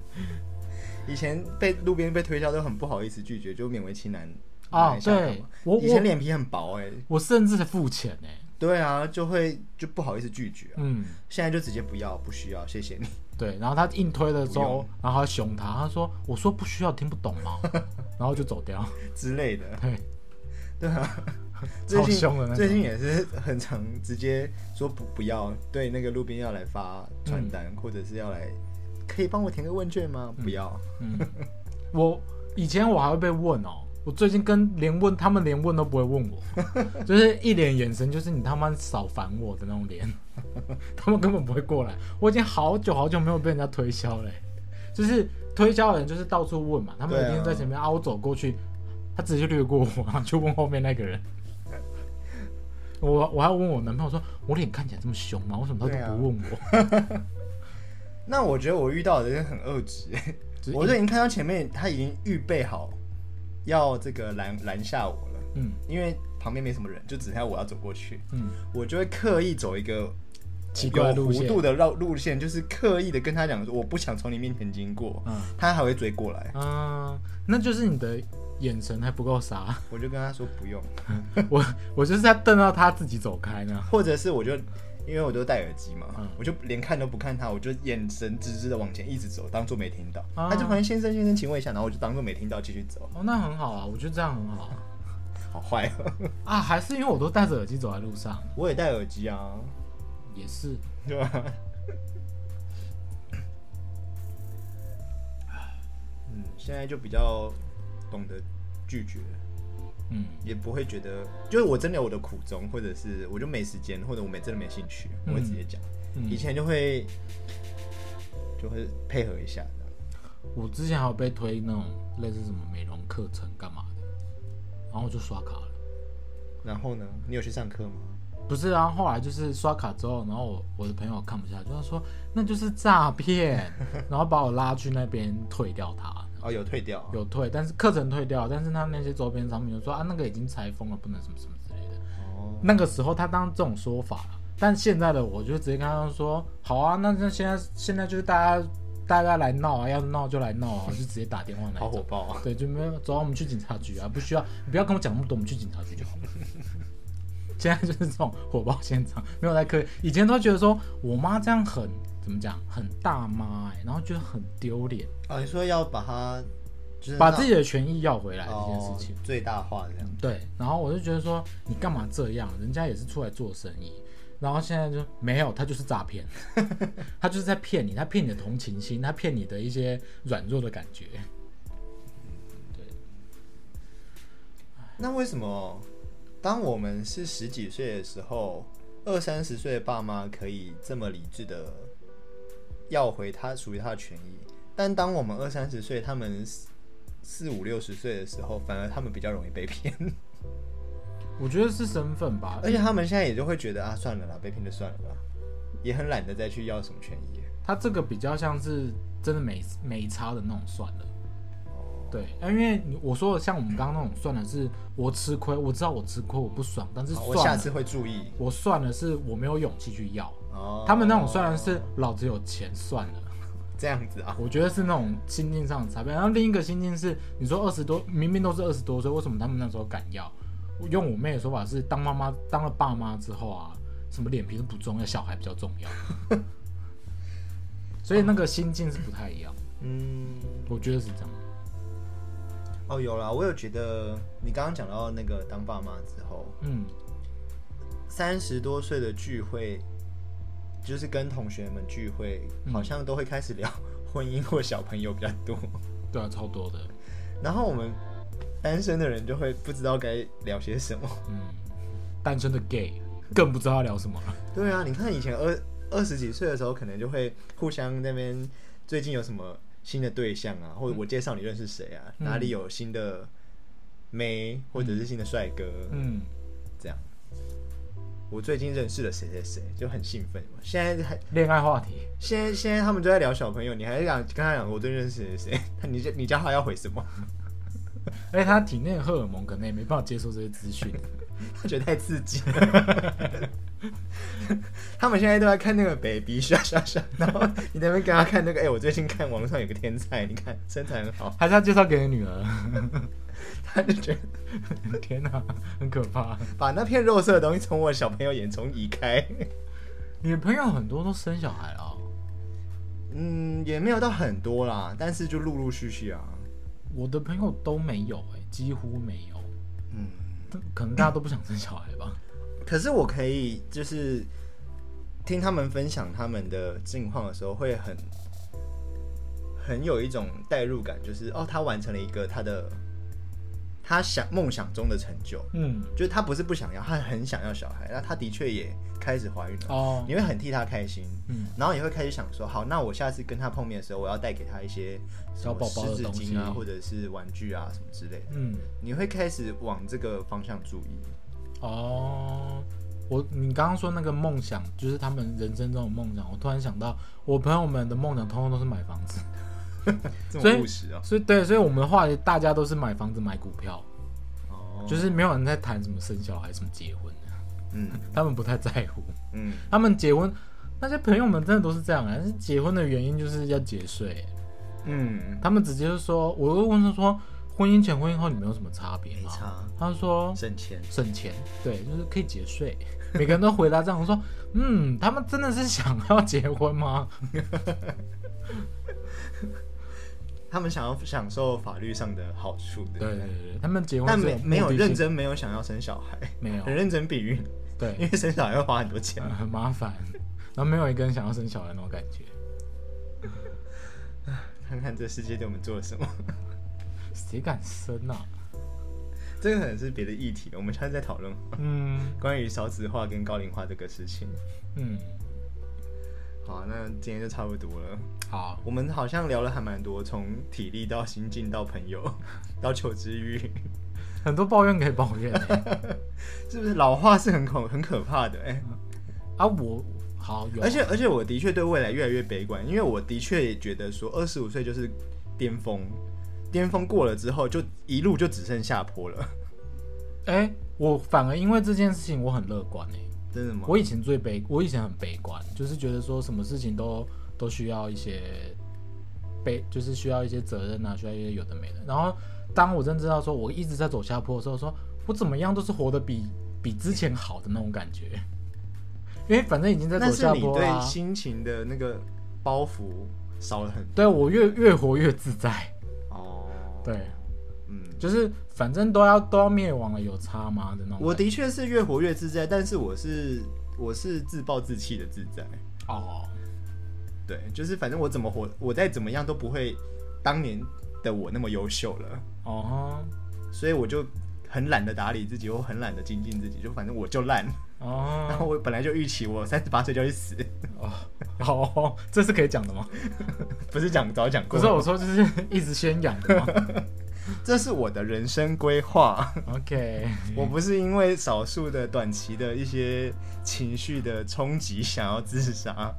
Speaker 1: 以前被路边被推销都很不好意思拒绝，就勉为其难
Speaker 2: 哦
Speaker 1: 拿一下干嘛
Speaker 2: 对我
Speaker 1: 以前
Speaker 2: 我
Speaker 1: 脸皮很薄哎、
Speaker 2: 我甚至付钱呢、
Speaker 1: 对啊，就会就不好意思拒绝啊、
Speaker 2: 嗯，
Speaker 1: 现在就直接不要，不需要，谢谢你。
Speaker 2: 对。然后他硬推的时
Speaker 1: 不
Speaker 2: 候
Speaker 1: 用，
Speaker 2: 然后他凶他，他说：“我说不需要，听不懂 吗？”然后就走掉。
Speaker 1: 之类的。
Speaker 2: 对，
Speaker 1: 对 啊，最
Speaker 2: 超
Speaker 1: 近
Speaker 2: 凶的那种
Speaker 1: 最近也是很常直接说不不要，对那个路边要来发传单，或者是要来，可以帮我填个问卷吗？不要，
Speaker 2: 嗯嗯，我以前我还会被问哦、我最近跟连问他们连问都不会问我， 就是一脸眼神就是你他妈少烦我的那种脸， 他们根本不会过来。我已经好久好久没有被人家推销嘞、就是推销的人就是到处问嘛，他们
Speaker 1: 对啊
Speaker 2: 一定在前面啊我走过去，他直接就略过我， 然后就问后面那个人。我我还问我男朋友说，我脸看起来这么凶吗？为什么他
Speaker 1: 对啊
Speaker 2: 都不问我？
Speaker 1: 那我觉得我遇到的人很恶质，
Speaker 2: 就是
Speaker 1: 我就已经看到前面他已经预备好要这个拦拦下我了，
Speaker 2: 嗯
Speaker 1: 因为旁边没什么人，就只剩下我要走过去，
Speaker 2: 嗯，
Speaker 1: 我就会刻意走一个。
Speaker 2: 奇怪的
Speaker 1: 有弧
Speaker 2: 路线
Speaker 1: 度的绕路线，就是刻意的跟他讲说我不想从你面前经过，
Speaker 2: 嗯
Speaker 1: 他还会追过来，
Speaker 2: 嗯，那就是你的眼神还不够傻。
Speaker 1: 我就跟他说不用，
Speaker 2: 我我就是在瞪到他自己走开呢。
Speaker 1: 或者是我就因为我都戴耳机嘛，
Speaker 2: 嗯
Speaker 1: 我就连看都不看他，我就眼神直直的往前一直走，当做没听到。
Speaker 2: 啊
Speaker 1: 他就好像先生先生，请问一下，然后我就当做没听到继续走，
Speaker 2: 哦，那很好啊，我觉得这样很好啊
Speaker 1: 好坏哦。
Speaker 2: 啊。还是因为我都戴着耳机走在路上，
Speaker 1: 我也戴耳机啊，
Speaker 2: 也是
Speaker 1: 对吧？嗯，现在就比较懂得拒绝，
Speaker 2: 嗯
Speaker 1: 也不会觉得就是我真的有我的苦衷，或者是我就没时间，或者我没真的没兴趣，我会直接讲。
Speaker 2: 嗯
Speaker 1: 以。前就会就会配合一下这样
Speaker 2: 我之前还有被推那种类似什么美容课程干嘛的，然后我就刷卡了。
Speaker 1: 然后呢，你有去上课吗？
Speaker 2: 不是啊，后来就是刷卡之后，然后我我的朋友看不下去，他说那就是 诈骗，然后把我拉去那边退掉它，
Speaker 1: 哦，有退掉，
Speaker 2: 有退，但是课程退掉，但是他那些周边商品就说啊那个已经拆封了，不能什么什么之类的。
Speaker 1: 哦，
Speaker 2: 那个时候他当这种说法了，但现在的我就直接跟他说，好啊，那那现在现在就是大家大家来闹啊，要闹就来闹啊，我就直接打电话来
Speaker 1: 好火爆啊！
Speaker 2: 对，就没有走啊，我们去警察局啊，不需要，你不要跟我讲那么多，我们去警察局就好了。 现在就是这种火爆现场，没有在客，以前都觉得说我妈这样很怎么讲，很大妈哎、然后觉得很丢脸，
Speaker 1: 哦，你说要把它就是
Speaker 2: 把
Speaker 1: 让
Speaker 2: 自己的权益要回来这件
Speaker 1: 哦
Speaker 2: 事情。
Speaker 1: 最大化这样，
Speaker 2: 对，然后我就觉得说你干嘛这样？人家也是出来做生意，然后现在就没有，他就是诈 骗，他就是在骗你，他骗你的同情心，他骗你的一些软弱的感觉。
Speaker 1: 那为什么当我们是十几岁的时候，二三十岁的爸妈可以这么理智的要回他属于他的权益，但当我们二三十岁，他们四四五六十岁的时候，反而他们比较容易被 骗，
Speaker 2: 我觉得是身份吧，
Speaker 1: 而且他们现在也就会觉得啊，算了啦，被骗就算了啦，也很懒得再去要什么权益。
Speaker 2: 他这个比较像是真的没没差的那种算了。
Speaker 1: 哦，
Speaker 2: 对，啊因为你我说的像我们刚刚那种算了，是我吃亏，我知道我吃亏，我不爽，但是
Speaker 1: 好
Speaker 2: 算
Speaker 1: 我
Speaker 2: 了，
Speaker 1: 下次会注意。
Speaker 2: 我算了，是我没有勇气去要。
Speaker 1: 哦，
Speaker 2: 他们那种算了是老子有钱算了。
Speaker 1: 这样子啊，
Speaker 2: 我觉得是那种心境上的差别。然后另一个心境是，你说二十多，明明都是二十多岁，为什么他们那时候敢要？我用我妹的说法是，当妈妈当了爸妈之后啊，什么脸皮都不重要，小孩比较重要。所以那个心境是不太一样，
Speaker 1: 嗯。
Speaker 2: 我觉得是这样。
Speaker 1: 哦，有啦，我有觉得你刚刚讲到那个当爸妈之后，
Speaker 2: 嗯，
Speaker 1: 三十多岁的聚会，就是跟同学们聚会，
Speaker 2: 嗯
Speaker 1: 好像都会开始聊 婚姻或小朋友比较多。
Speaker 2: 对啊，超多的。
Speaker 1: 然后我们单身的人就会不知道该聊些什么。
Speaker 2: 嗯，单身的 gay 更不知道要聊什么了。
Speaker 1: 对啊，你看以前二二十几岁的时候，可能就会互相那边最近有什么新的对象啊，或者我介绍你认识谁啊，
Speaker 2: 嗯
Speaker 1: 哪里有新的妹或者是新的帅哥，
Speaker 2: 嗯，
Speaker 1: 这样。我最近认识了谁谁谁，就很兴奋嘛。现在还
Speaker 2: 恋爱话题，
Speaker 1: 现在现在他们都在聊小朋友，你还想跟他讲我最近认识谁谁谁？他你叫你叫他要回什么？
Speaker 2: 而哎且他体内的荷尔蒙可能也没办法接受这些资讯。
Speaker 1: 他觉得太刺激了。 他们现在都在看那个 baby 刷刷刷，然后你在那边跟他看那个，哎、我最近看网上有个天才，你看身材很好，
Speaker 2: 还是要介绍给你女儿？
Speaker 1: 他就觉得
Speaker 2: 天哪、很可怕。
Speaker 1: 把那片肉色的东西从我小朋友眼中移开。
Speaker 2: 你的朋友很多都生小孩了哦、
Speaker 1: 嗯，也没有到很多啦，但是就陆陆续续啊。
Speaker 2: 我的朋友都没有、欸，几乎没有，
Speaker 1: 嗯，
Speaker 2: 但可能大家都不想生小孩吧。
Speaker 1: 可是我可以就是听他们分享他们的近况的时候，会很很有一种代入感，就是哦，他完成了一个他的他想梦想中的成就，
Speaker 2: 嗯，
Speaker 1: 就是他不是不想要，他很想要小孩，那他的确也开始怀孕了，
Speaker 2: 哦，
Speaker 1: 你会很替他开心。
Speaker 2: 嗯，
Speaker 1: 然后也会开始想说，好，那我下次跟他碰面的时候，我要带给他一些什
Speaker 2: 小
Speaker 1: 么
Speaker 2: 宝宝的
Speaker 1: 湿纸
Speaker 2: 东西
Speaker 1: 巾啊，或者是玩具啊什么之类的。
Speaker 2: 嗯，
Speaker 1: 你会开始往这个方向注意。
Speaker 2: 哦，我你刚刚说那个梦想，就是他们人生中的梦想，我突然想到，我朋友们的梦想通通都是买房子，
Speaker 1: 这
Speaker 2: 所以
Speaker 1: 么务实啊！
Speaker 2: 所以对，所以我们的话题大家都是买房子、买股票，
Speaker 1: 哦，
Speaker 2: 就是没有人在谈什么生小孩、什么结婚的，
Speaker 1: 嗯
Speaker 2: 他们不太在乎，
Speaker 1: 嗯，
Speaker 2: 他们结婚。那些朋友们真的都是这样啊，但是结婚的原因就是要节税、欸
Speaker 1: 嗯，
Speaker 2: 他们直接就说，我又问他说，婚姻前婚姻后你们有什么差别
Speaker 1: 没
Speaker 2: 吗？
Speaker 1: 差，
Speaker 2: 他就说
Speaker 1: 省钱。
Speaker 2: 省钱，对，就是可以 节税。每个人都回答这样，我说，嗯，他们真的是想要结婚吗？
Speaker 1: 他们想要享受法律上的好处的，
Speaker 2: 对对对，对他们结婚
Speaker 1: 但
Speaker 2: 是
Speaker 1: 没没有
Speaker 2: 目的性
Speaker 1: 认，真，没有想要生小孩，
Speaker 2: 没有
Speaker 1: 很认真避孕，因
Speaker 2: 对、
Speaker 1: 为生小孩要花很多钱
Speaker 2: 呃，。很 麻烦，然后没有一个人想要生小孩那种感觉。
Speaker 1: 看看这世界对我们做了什么，
Speaker 2: 谁敢生啊？
Speaker 1: 这个可能是别的议题，我们下次再讨论
Speaker 2: 嗯
Speaker 1: 关于少子化跟高龄化这个事情。
Speaker 2: 嗯，
Speaker 1: 好啊，那今天就差不多了。
Speaker 2: 好，
Speaker 1: 我们 好像聊了还蛮多，从体力到心境到朋友到求知欲，
Speaker 2: 很多抱怨可以抱怨、欸、
Speaker 1: 是不是老化是很恐很可怕的？哎、
Speaker 2: 啊！我好有，啊
Speaker 1: 而且而且我的确对未来越来越悲观，因为我的确也觉得说二十五岁就是巅峰，巅峰过了之后就一路就只剩下坡了，
Speaker 2: 哎、我反而因为这件事情我很乐观哎、
Speaker 1: 真的吗？
Speaker 2: 我以前最悲，我以前很悲观，就是觉得说什么事情都都需要一些背，就是需要一些责任啊，需要一些有的没的。然后当我真知道说我一直在走下坡的时候，说我怎么样都是活得比比之前好的那种感觉，因为反正已经在
Speaker 1: 那
Speaker 2: 走
Speaker 1: 是
Speaker 2: 下
Speaker 1: 你
Speaker 2: 坡啊啦、
Speaker 1: 对心情的那个包袱少了很多
Speaker 2: 对我越越活越自在，
Speaker 1: 哦。
Speaker 2: 对，
Speaker 1: 嗯，
Speaker 2: 就是反正都要都要灭亡了，有差吗的那种感觉。
Speaker 1: 我的确是越活越自在，但是我是我是自暴自弃的自在。
Speaker 2: 哦，
Speaker 1: 对，就是反正我怎么活，我再怎么样都不会当年的我那么优秀了，
Speaker 2: 哦
Speaker 1: 所以我就很懒得打理自己，我很懒得精进自己，就反正我就烂。
Speaker 2: 哈，哦，
Speaker 1: 然后我本来就预期我三十八岁就会死，
Speaker 2: 哦，好哦，这是可以讲的吗？
Speaker 1: 不是讲早讲
Speaker 2: 不
Speaker 1: 过，
Speaker 2: 是我说，就是一直宣扬的吗
Speaker 1: 这是我的人生规划。
Speaker 2: ？OK，
Speaker 1: 我不是因为少数的短期的一些情绪的冲击想要自杀，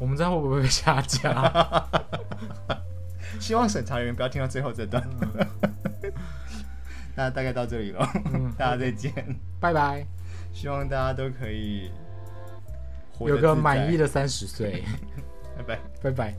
Speaker 2: 我们这样会不会被 下架？
Speaker 1: 希望审查员不要听到最后这段。嗯 那大概到这里了，
Speaker 2: 嗯
Speaker 1: 大家再见。
Speaker 2: 拜拜，
Speaker 1: 希望大家都可以活得
Speaker 2: 有个
Speaker 1: 自在
Speaker 2: 满意，的三十岁，
Speaker 1: 拜拜。
Speaker 2: 拜拜。